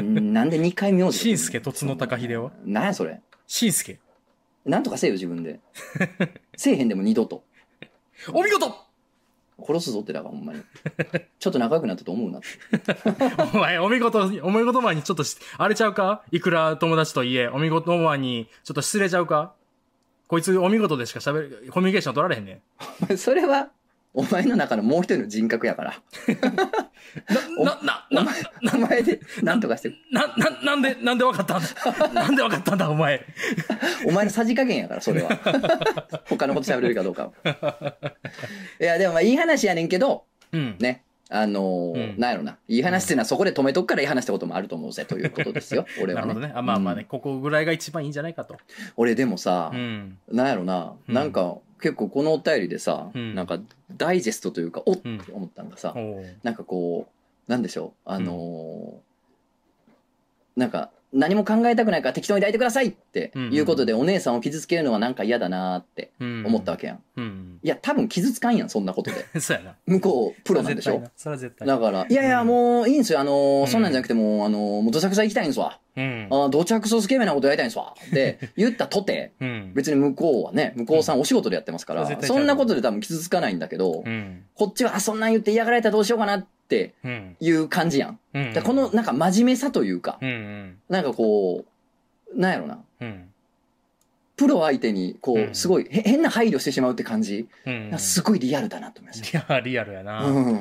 んなんで2回名字しんすけとつのたかひではなんやそれしんすけ。なんとかせえよ自分 でせえへんでも二度とお見事殺すぞってだからほんまにちょっと仲良くなったと思うなってお前、お見事、お見事前にちょっとし、あれちゃうかいくら友達とはいえ、お見事前にちょっと失礼ちゃうかこいつお見事でしか喋る、コミュニケーション取られへんねお前それはお前の中のもう一人の人格や からん。な、な、な、名前でなんとかしてな、な、なんで、なんでわかっ たんだなんでわかったんだ、お前。お前のさじ加減やからそれは 他のこと喋れるかどうかはいやでもまあいい話やねんけどうん。ねあのーうんなんやろないい話っていうのはそこで止めとくからいい話ってこともあると思うぜということです よ俺なはるほどねね。あまあまあね、ここぐらいが一番いいんじゃないかと。俺でもさ、うん。なんやろな、うんなんか結構このお便りでさ、うんなんかダイジェストというか、おっってうん思ったのがさ、おーなんかこう、なんでしょう、あのーなんか、何も考えたくないから適当に抱いてくださいっていうことで、お姉さんを傷つけるのはなんか嫌だなーってうん思ったわけやん。うん。 いや、多分傷つかんやん、そんなことで。そうやな。向こう、プロなんでしそれょは絶対なそれは絶対。だから、いやいや、うんもういいんすよ。あのーうんそんなんじゃなくてもう、あのーもうどちゃくちゃ行きたいんですわ。うんあ。ーどちゃくそスケベなことやりたいんですわ。 って言ったとて、うん。別に向こうはね、向こうさんお仕事でやってますかうんら、絶対ちゃそうんなことで多分傷つかないんだけど、うん。こっちは、あ、そんなん言って嫌がられたらどうしようかなってうん。いう感じやん。うん。だからこの、なんか真面目さというか、うんうん。なんかこう、なんやろな。うん。プロ相手に、こうう、んすごい、へ変な配慮してしまうって感じ、うん。すごいリアルだなと思いました。いや、リアルやな。うん。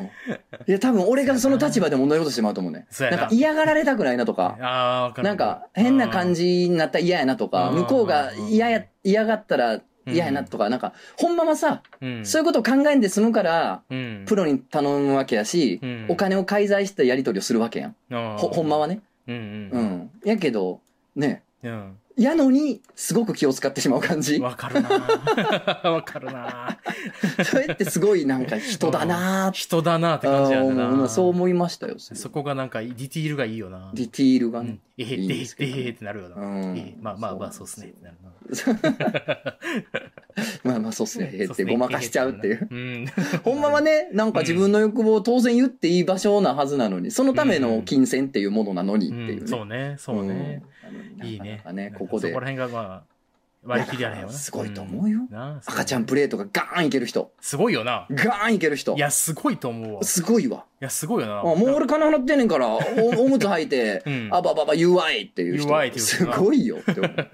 いや、多分俺がその立場でも同じことしてまうと思うね。そうなんやなか嫌がられたくないなとあか、あ、わかる。なんか変な感じになったら嫌やなとか、うん向こうが嫌や、嫌がったら嫌やなとか、なんか、ほんまはさ、うん。うん。そういうことを考えんで済むから、うん。プロに頼むわけやしうん、お金を介在してやり取りをするわけやん。あーほ、ほんまはね。うんううん。ん。やけど、ね、うん。やのに、すごく気を使ってしまう感じ。わかるな。 わかるな。 それってすごいなんか人だなーって人だなって感じやんあーな。そう思いましたよ。そこがなんか、ディティールがいいよな。ディティールうがねん。ええ、いいんで、えですけどねえってなるよな。うんええまあまあまあ、そそううなんでっすすよね。ってなるな。まあまあそうっすね。ええっそうすてねごまかしちゃうっていう。。うん。 ほんまはね、なんか自分の欲望を当然言っていい場所なはずなのに、そのための金銭っていうものなのにっていううんねそ。うね、そうね。うん。いいなねかなかね、ここでそこら辺がまあ、割り切りやねんよいな。やすごいと思うよんなあ赤ちゃんプレートがガーンいける人。すごいよな。ガーンいける人い。や、すごいと思うわ。いすごいわ。や、すごいよな。、あもう俺金払ってんねんから、おおむつ履いてうんあばばば UI っていう人。 UI っていうす人なごいよって思う。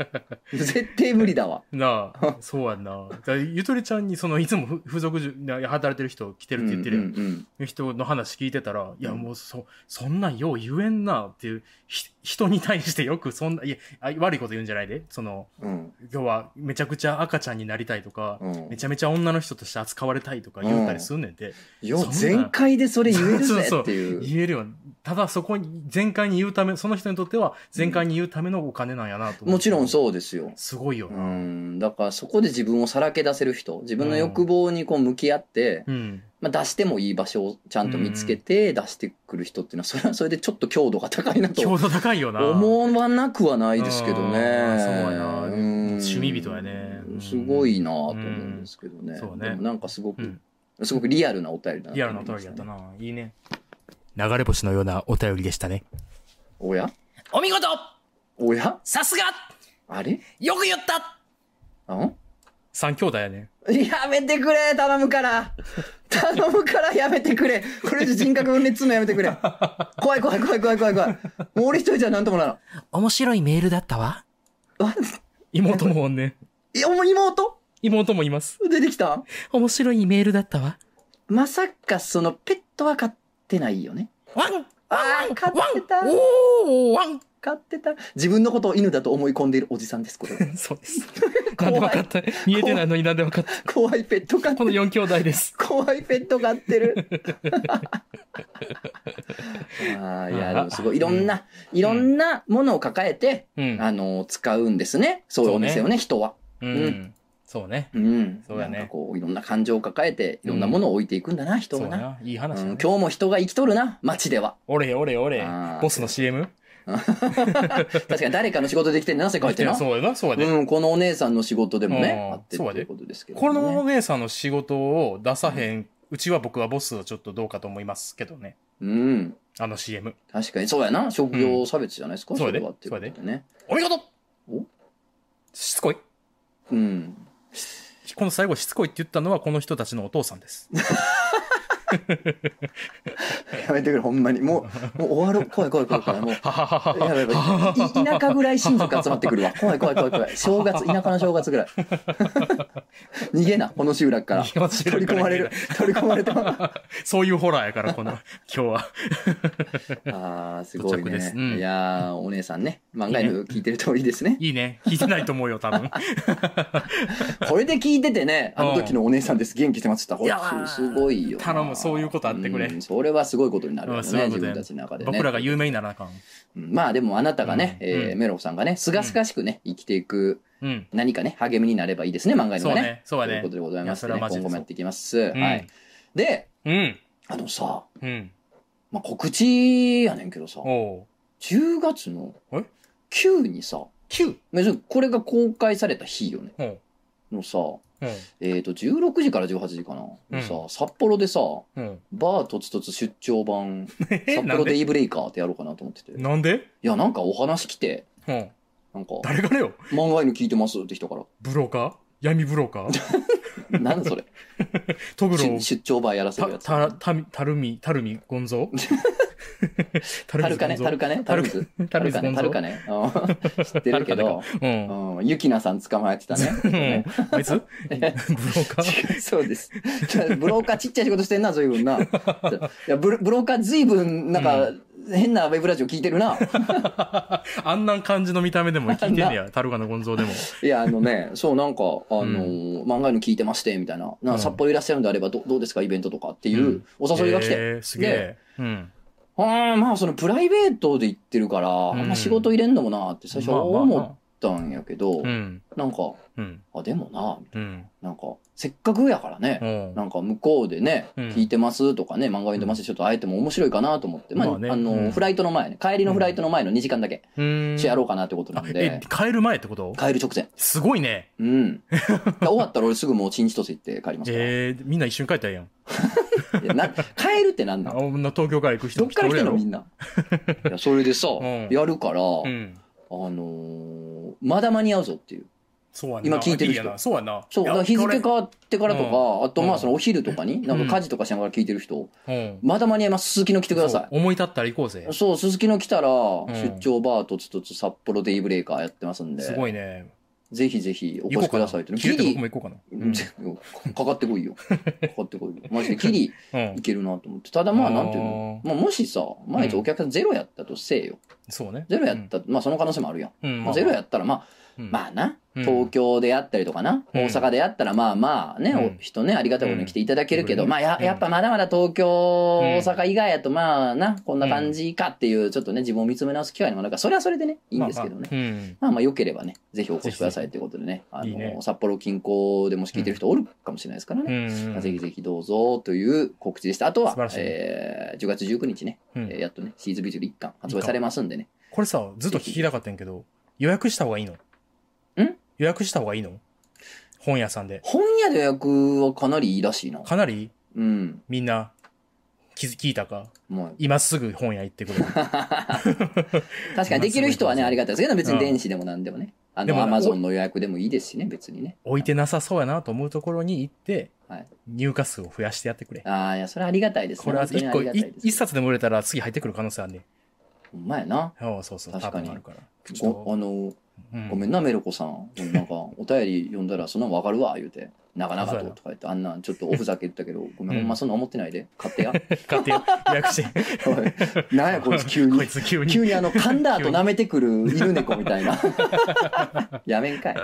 絶対無理だわ。 なあ、そうやんな。だからゆとりちゃんに、その、いつもふ風俗じゅな働いてる人来てるって言ってるやんうんうんうん人の話聞いてたら、いや、うんもうそ、そんなんよう言えんなっていう、ひ人に対してよくそんな、いや、あ悪いこと言うんじゃないで、その、うん。要は、めちゃくちゃ赤ちゃんになりたいとか、うんめちゃめちゃ女の人として扱われたいとか言ったりすんねんて、よそんな全開でそれ言えるぜそうそうっていう。言えるよ。ただ、そこに、全開に言うため、その人にとっては、全開に言うためのお金なんやなと思ってもちろんそうですよ。すごいような。ん。だからそこで自分をさらけ出せる人、自分の欲望にこう向き合って、うん。まあ、出してもいい場所をちゃんと見つけて出してくる人っていうのは、それはそれでちょっと強度が高いなと強度高いよな。思わなくはないですけどね。うんそうやなうん趣味人やねうんすごいなと思うんですけどね。うんそうねでもなんかすごうくん、すごくリアルなお便りだなリとアル思ないおま便しりたやねったな。いいね。流れ星のようなお便りでしたね。おやお見事おやさすがあれよく言ったあん三兄弟やね。やめてくれ頼むから頼むからやめてくれこれ以上人格分裂するのやめてくれ怖い怖い怖い怖い怖い怖い。もう俺一人じゃなんともならん。面白いメールだったわ。あ妹もおんね。いや、お前妹妹もいます。出てきた面白いメールだったわ。まさかそのペットは飼ってないよねワンああ、飼ってたおーワン飼ってた自分のことを犬だと思い込んでいるおじさんです、これ は。 そうです。怖ないんで分かった見えてないのになんで分かった怖いペット飼っこてのる。 4兄弟です。怖いペット飼ってる。ああ、いや、でもすごい。いろんな、いろんなものを抱えて、うんあの、使うんですね。そういうお店をね、人は。うんん。そうね。うん。そうだねなんかこう、いろんな感情を抱えて、いろんなものを置いていくんだな、人そはうな。な。いいうん話やね。今日も人が生きとるな、街では。おれおれおれあー。ボスの CM? 確かに誰かの仕事できてんな、世界ってな。そうやな、そうやで。うん、このお姉さんの仕事でもね、うんあってるそとうやいでうことですけど、ね。このお姉さんの仕事を出さへん、うちは僕はボスをちょっとどうかと思いますけどね。うん。あの CM。確かに、そうやな。職業差別じゃないですか、うんそれそうはやってでいうことでね。お見事おしつこい。うん。この最後しつこいって言ったのはこの人たちのお父さ んです。やめてくれ、ほんまに。もう、もう終わる。怖い怖い怖い 怖い。もう。ははははやばいやばいい田舎ぐらい親族集まってく るわ。怖い怖い怖い怖い。正月、田舎の正月ぐらい。 逃げな、この集落から。逃げます取り込まれる。取り込まれた。 そういうホラーやから、この、今日は。 ああ、すごい到着ですね。うんいやーお姉さんね。漫画の聞いてる通りですね。いいね。聞いてないと思う よ、多分。これで聞いててね、あの時のお姉さんです。元気してますって言ったらいほやらーすすごいよな。頼むそういうことあってくれうんそれはすごいことになるようね、んすごいこと自や分たちの中でね。僕らが有名にならなあかん。うんまあでもあなたがね、うんえーうんメロンさんがね、すがすがしくね、生きていくうん。何かね、励みになればいいですね、漫画のそうね。ね。そうやというねこ。とでございますいやそれね。はマ今ジで後そうもやっていきます。うんはい。で、うん。あのさ、うん。まあ、告知やねんけどさ、おう。 10月のえ9にさ、 9? 別にこれが公開された日よね。おう。のさ、おう。えっ、と、16時から18時かな。うんさ、札幌でさ、おう。バーとつとつ出張版、 え、札な幌んデでイブレイカーってやろうかなと思ってて。いなんでや、なんかお話来て、おう。なんか、誰からよ漫画犬聞いてますって人から。ブローカー闇ブロー カーなん だそれ。トグロ出出張版やらせたるやつ。たたみたるみたるみゴンゾ たタルカね、タルカね、タルカね、タタルルカカねね、タルカね。 うん知ってるけど、うんうん、ゆきなさん捕まえてたうねん。あ いつブローカーそうです。ブローカーちっちゃい仕事してんな、随分 な。いやブロブローカー随分、なんか、変なウェブラジオ聞いてる な。あんな感じの見た目でも聞いてんねやタルカのゴンゾでもいや、あのね、そう、なんか、あのー、漫画の聞いてまして、みたいな。うなん札幌いらっしゃるんであれば、どどうですか、イベントとかっていううんお誘いが来て。えーすげでえうんあーまあ、そのプライベートで行ってるから、んあんま仕事入れんのもなって最初は思っまたんやけど、あまあうんなんか、うんあ、でもな、うんなんか、せっかくやからね、おうなんか向こうでね、うん聞いてますとかね、漫画読んでますちょっと会えても面白いかなと思って、まあ、まあねあの、うんフライトの前ね、帰りのフライトの前の2時間だけ、うんやろうかなってことなあんえで、帰る前ってこと帰る直前。すごいね うん。終わったら俺すぐもうチンチトス行って帰りますから。えーみんな一瞬帰ったらええやんいやな帰るってなんなあの女東京から行く人どっから来てんのみんな。いや、それでさ、んやるから、うあんのーまだ間に合うぞっていう。そうやんな今聞いてる人やなそうやんなそう、いだやから日付変わってからとうか、あとまうあんそのお昼とかに、なんうんか家事とかしながら聞いてる人、これうんまだ間に合います。鈴木の来てください。そう思い立ったら行こうぜそう、鈴木の来たら、ん出張バーとつとつ札幌デイブレイカーやってますんで、すごいねぜひぜひお越行こしうかくなださいって。切れギて僕リも、行こうかな かかってこいよ。かかってこいよ。マジでギリうん、ういん、けるなと思って。ただまあ、なんていうの、まあ、もしさ、毎日お客さんゼロやったとせえよ。そうねゼロやった、まあその可能性もあるやん。うん、うんまあ、ゼロやったら、まあ、うんまあな、うん東京でやったりとかな、うん大阪でやったら、まあまあね、うんお人ね、ありがたいことに来ていただけるけど、うんまあやうんやっぱまだまだ東京、うん大阪以外やと、まあな、こんな感じかっていう、ちょっとね、自分を見つめ直す機会にもなんか、それはそれでね、いいんですけどね。まあうんまあ良ければね、ぜひお越しくださいということでね、あのいいね札幌近郊でもし聞いてる人おるかもしれないですからうね。んまあぜひぜひどうぞという告知でした。あとは素晴らしい、えー10月19日ね、うんえーやっとね、シーズンビジュール1巻発売されますんでね。これさずっと聞きたかったんやけど予約した方がいいのん予約した方がいいの本屋さんで本屋で予約はかなりいいらしいな。かなりうん。みんな気づ聞いたかもう今すぐ本屋行って くれ確かにできる人はね、まあありがたいですけど、別うんに電子でも何でもね。あでの、もアなマゾンの予約でもいいですしね、別にね。置いてなさそうやなと思うところに行って、はい入荷数を増やしてやってくれああ、いや、それはありがたいですね。これは本当に一あ個りがたいいです。一。冊でも売れたら次入ってくる可能性あるねほんまやな。ああそうそう確かに多分あるからちょっごとあの、うんごめんな、メロコさん。でもなんか、お便り読んだら、そんなんわかるわ、言うて。なかなかと、とか言って、あんなん、ちょっとおふざけ言ったけ ど、ごめん、うんほんまそんな思ってないで。買 ってや。買ってよ予約しておいなんや、こ いつ急こにい。つ急に急にあの噛んだ後舐めてくる犬猫みたい なやめんかい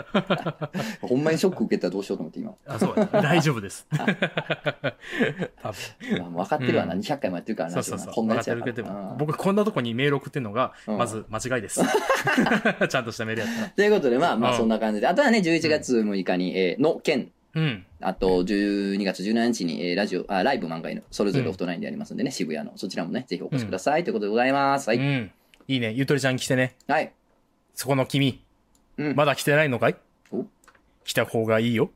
ほんまにショック受けたらどうしようと思って今、あ、そうやね大丈 夫です。まあ、分かってるわな、うん200回もやってるからなそうそうそこう。んな分かやっつてやかるけらどうん、僕こんなとこにメール送ってんのが、うんまず間違い です。ちゃんとしたメールやった。ということでまあまうんあそんな感じであとはね11月6日に、えーの件うん。あと12月17日に、えーラジオあライブ漫画犬それぞれロフトナインでやりますんでね、渋谷のそちらもねぜひお越しください、ということでございますはうい、ん。いいね。ゆとりちゃん来てね。はい、そこの君。うんまだ来てないのかいお来た方がいいよ。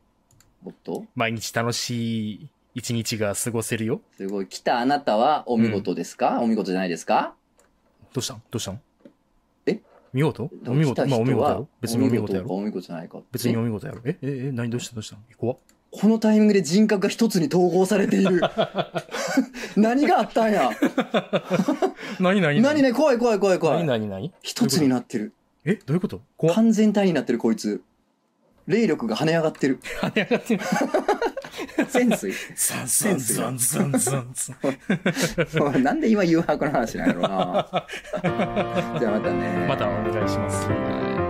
おっと毎日楽しい一日が過ごせるよ。すごい来たあなたはお見事ですか、お見事じゃないですかどうしたんどうしたんえ見事お見来た事まあお見人事やはろ。別にお見事やかろ。お見事じゃないかって別にお見事やろ。えええ何どうしたどうしたん怖っこのタイミングで人格が一つに統合されている。 何があったん や。何何何ね、怖い怖い怖い怖何い。何何一つになってる。えどういうこと怖っ完全体になってるこいつ。霊力が跳ね上がってる。跳ね上がってる。潜水。 ザンザンザンザンザンザン。なん で今誘惑の話なんやろうな。じゃあまたね。またお願いします。はい